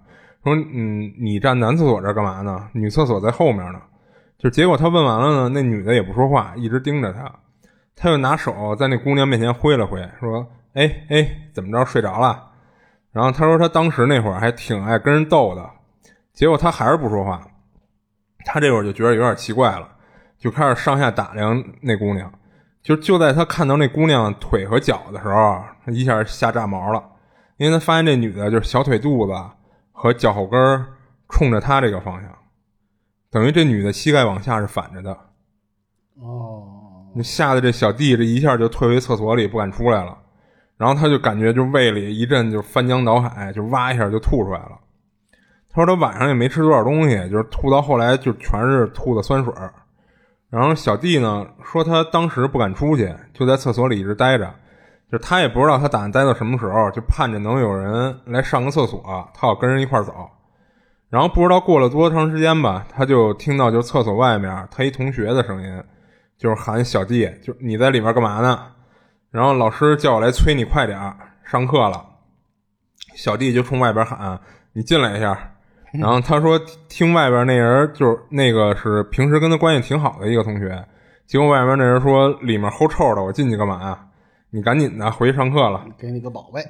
说：“嗯，你站男厕所这儿干嘛呢？女厕所在后面呢。”就结果他问完了呢，那女的也不说话，一直盯着他。他就拿手在那姑娘面前挥了挥，说：“哎哎，怎么着睡着了？”然后他说他当时那会儿还挺爱跟人斗的，结果他还是不说话。他这会儿就觉得有点奇怪了，就开始上下打量那姑娘。就就在他看到那姑娘腿和脚的时候，他一下吓炸毛了，因为他发现这女的就是小腿肚子和脚后跟儿冲着他这个方向，等于这女的膝盖往下是反着的。 [LAUGHS] 哦，你吓得这小弟这一下就退回厕所里，不敢出来了。然后他就感觉就胃里一阵就翻江倒海，就哇一下就吐出来了。他说他晚上也没吃多少东西，就是吐到后来就全是吐的酸水儿。然后小弟呢说他当时不敢出去，就在厕所里一直待着，就他也不知道他打算待到什么时候，就盼着能有人来上个厕所，他要跟人一块儿走。然后不知道过了多长时间吧，他就听到就厕所外面他一同学的声音，就是喊小弟，就你在里面干嘛呢？然后老师叫我来催你快点儿上课了。小弟就冲外边喊：“你进来一下。”然后他说听外边那人就是那个是平时跟他关系挺好的一个同学，结果外边那人说里面齁臭的，我进去干嘛呀？你赶紧的回去上课了。给你个宝 [LAUGHS] 贝，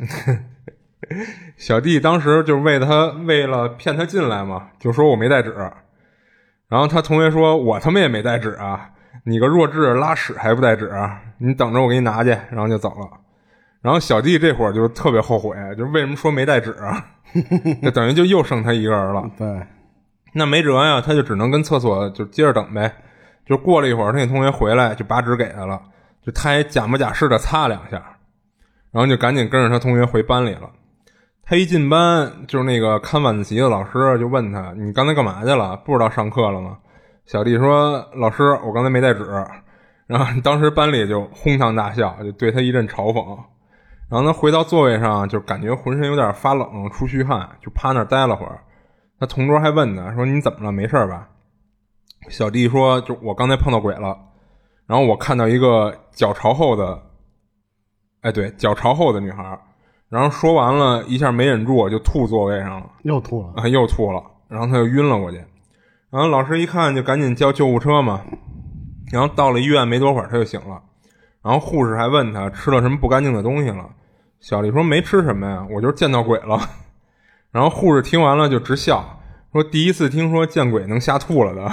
小弟当时就为他为了骗他进来嘛，就说我没带纸，然后他同学说我他妈也没带纸啊，你个弱智拉屎还不带纸，啊你等着我给你拿去，然后就走了。然后小弟这会儿就特别后悔，就是为什么说没带纸啊？ [LAUGHS] 就等于就又剩他一个人了。对，那没辙呀，他就只能跟厕所就接着等呗。就过了一会儿，他那同学回来就把纸给他了，就他也假模假式的擦两下，然后就赶紧跟着他同学回班里了。他一进班，就是那个看晚自习的老师就问他：“你刚才干嘛去了？不知道上课了吗？”小弟说：“老师，我刚才没带纸。”然后当时班里就哄堂大笑，就对他一阵嘲讽。然后他回到座位上，就感觉浑身有点发冷，出虚汗，就趴那儿待了会儿。他同桌还问呢，说你怎么了？没事儿吧？小弟说，就我刚才碰到鬼了，然后我看到一个脚朝后的，哎，对，脚朝后的女孩儿，然后说完了一下没忍住，就吐座位上了，又吐了，啊，又吐了，然后他就晕了过去，然后老师一看就赶紧叫救护车嘛，然后到了医院没多会儿他就醒了，然后护士还问他吃了什么不干净的东西了，小丽说没吃什么呀，我就是见到鬼了。 [LAUGHS] 然后护士听完了就直笑，说第一次听说见鬼能吓吐了的。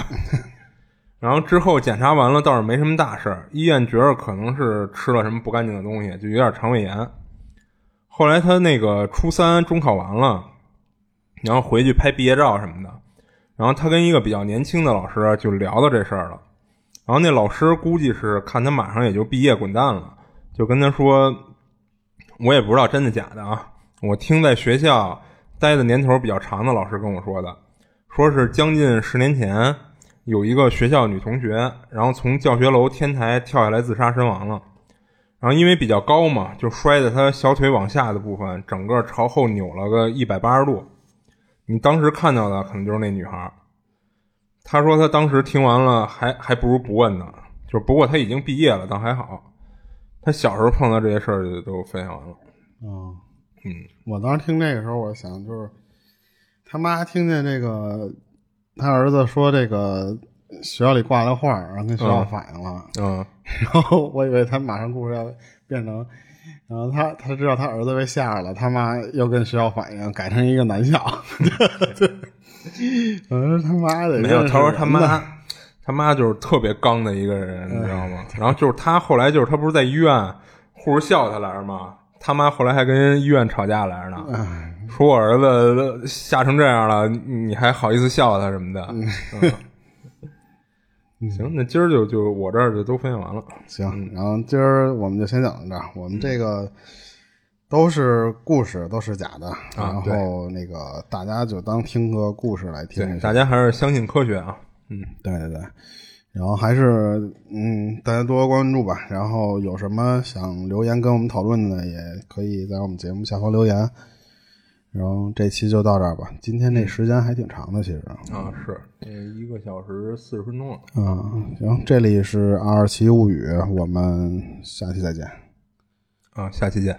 [LAUGHS] 然后之后检查完了，倒是没什么大事儿。医院觉着可能是吃了什么不干净的东西，就有点肠胃炎。后来他那个初三中考完了，然后回去拍毕业照什么的。然后他跟一个比较年轻的老师啊就聊到这事儿了。然后那老师估计是看他马上也就毕业滚蛋了，就跟他说：“我也不知道真的假的啊，我听在学校待的年头比较长的老师跟我说的，说是将近十年前有一个学校女同学，然后从教学楼天台跳下来自杀身亡了。然后因为比较高嘛，就摔在她小腿往下的部分，整个朝后扭了个一百八十度。你当时看到的可能就是那女孩儿。他说他当时听完了还还不如不问呢，就是不过他已经毕业了，倒还好。他小时候碰到这些事儿就都分享完了。嗯，嗯，我当时听这个时候，我想就是他妈听见这个他儿子说这个学校里挂了画儿，然后跟学校嗯反映了， [LAUGHS] 啊，然后我以为他马上故事要变成，然后他他知道他儿子被吓着了，他妈又跟学校反映，改成一个男校。 [LAUGHS] 对，我说他妈的，没有，真是他说他人呐妈，他妈就是特别刚的一个人，你知道哎吗？然后就是他后来就是他不是在医院护士笑他来着吗？他妈后来还跟医院吵架来 [LAUGHS] 着呢，说我儿子吓成这样了，你你还好意思笑他什么的？嗯行，那今儿就就我这儿就都分享完了。行。然后今儿我们就先讲到这儿，我们这个。都是故事，都是假的。然后那个大家就当听个故事来听对，一下。大家还是相信科学啊。对对对，然后还是嗯，大家多关注吧。然后有什么想留言跟我们讨论的，也可以在我们节目下方留言。然后这期就到这儿吧。今天这时间还挺长的，其实。啊，是，呃一个小时四十分钟了。嗯，行，这里是《二七物语》，我们下期再见。啊，下期见。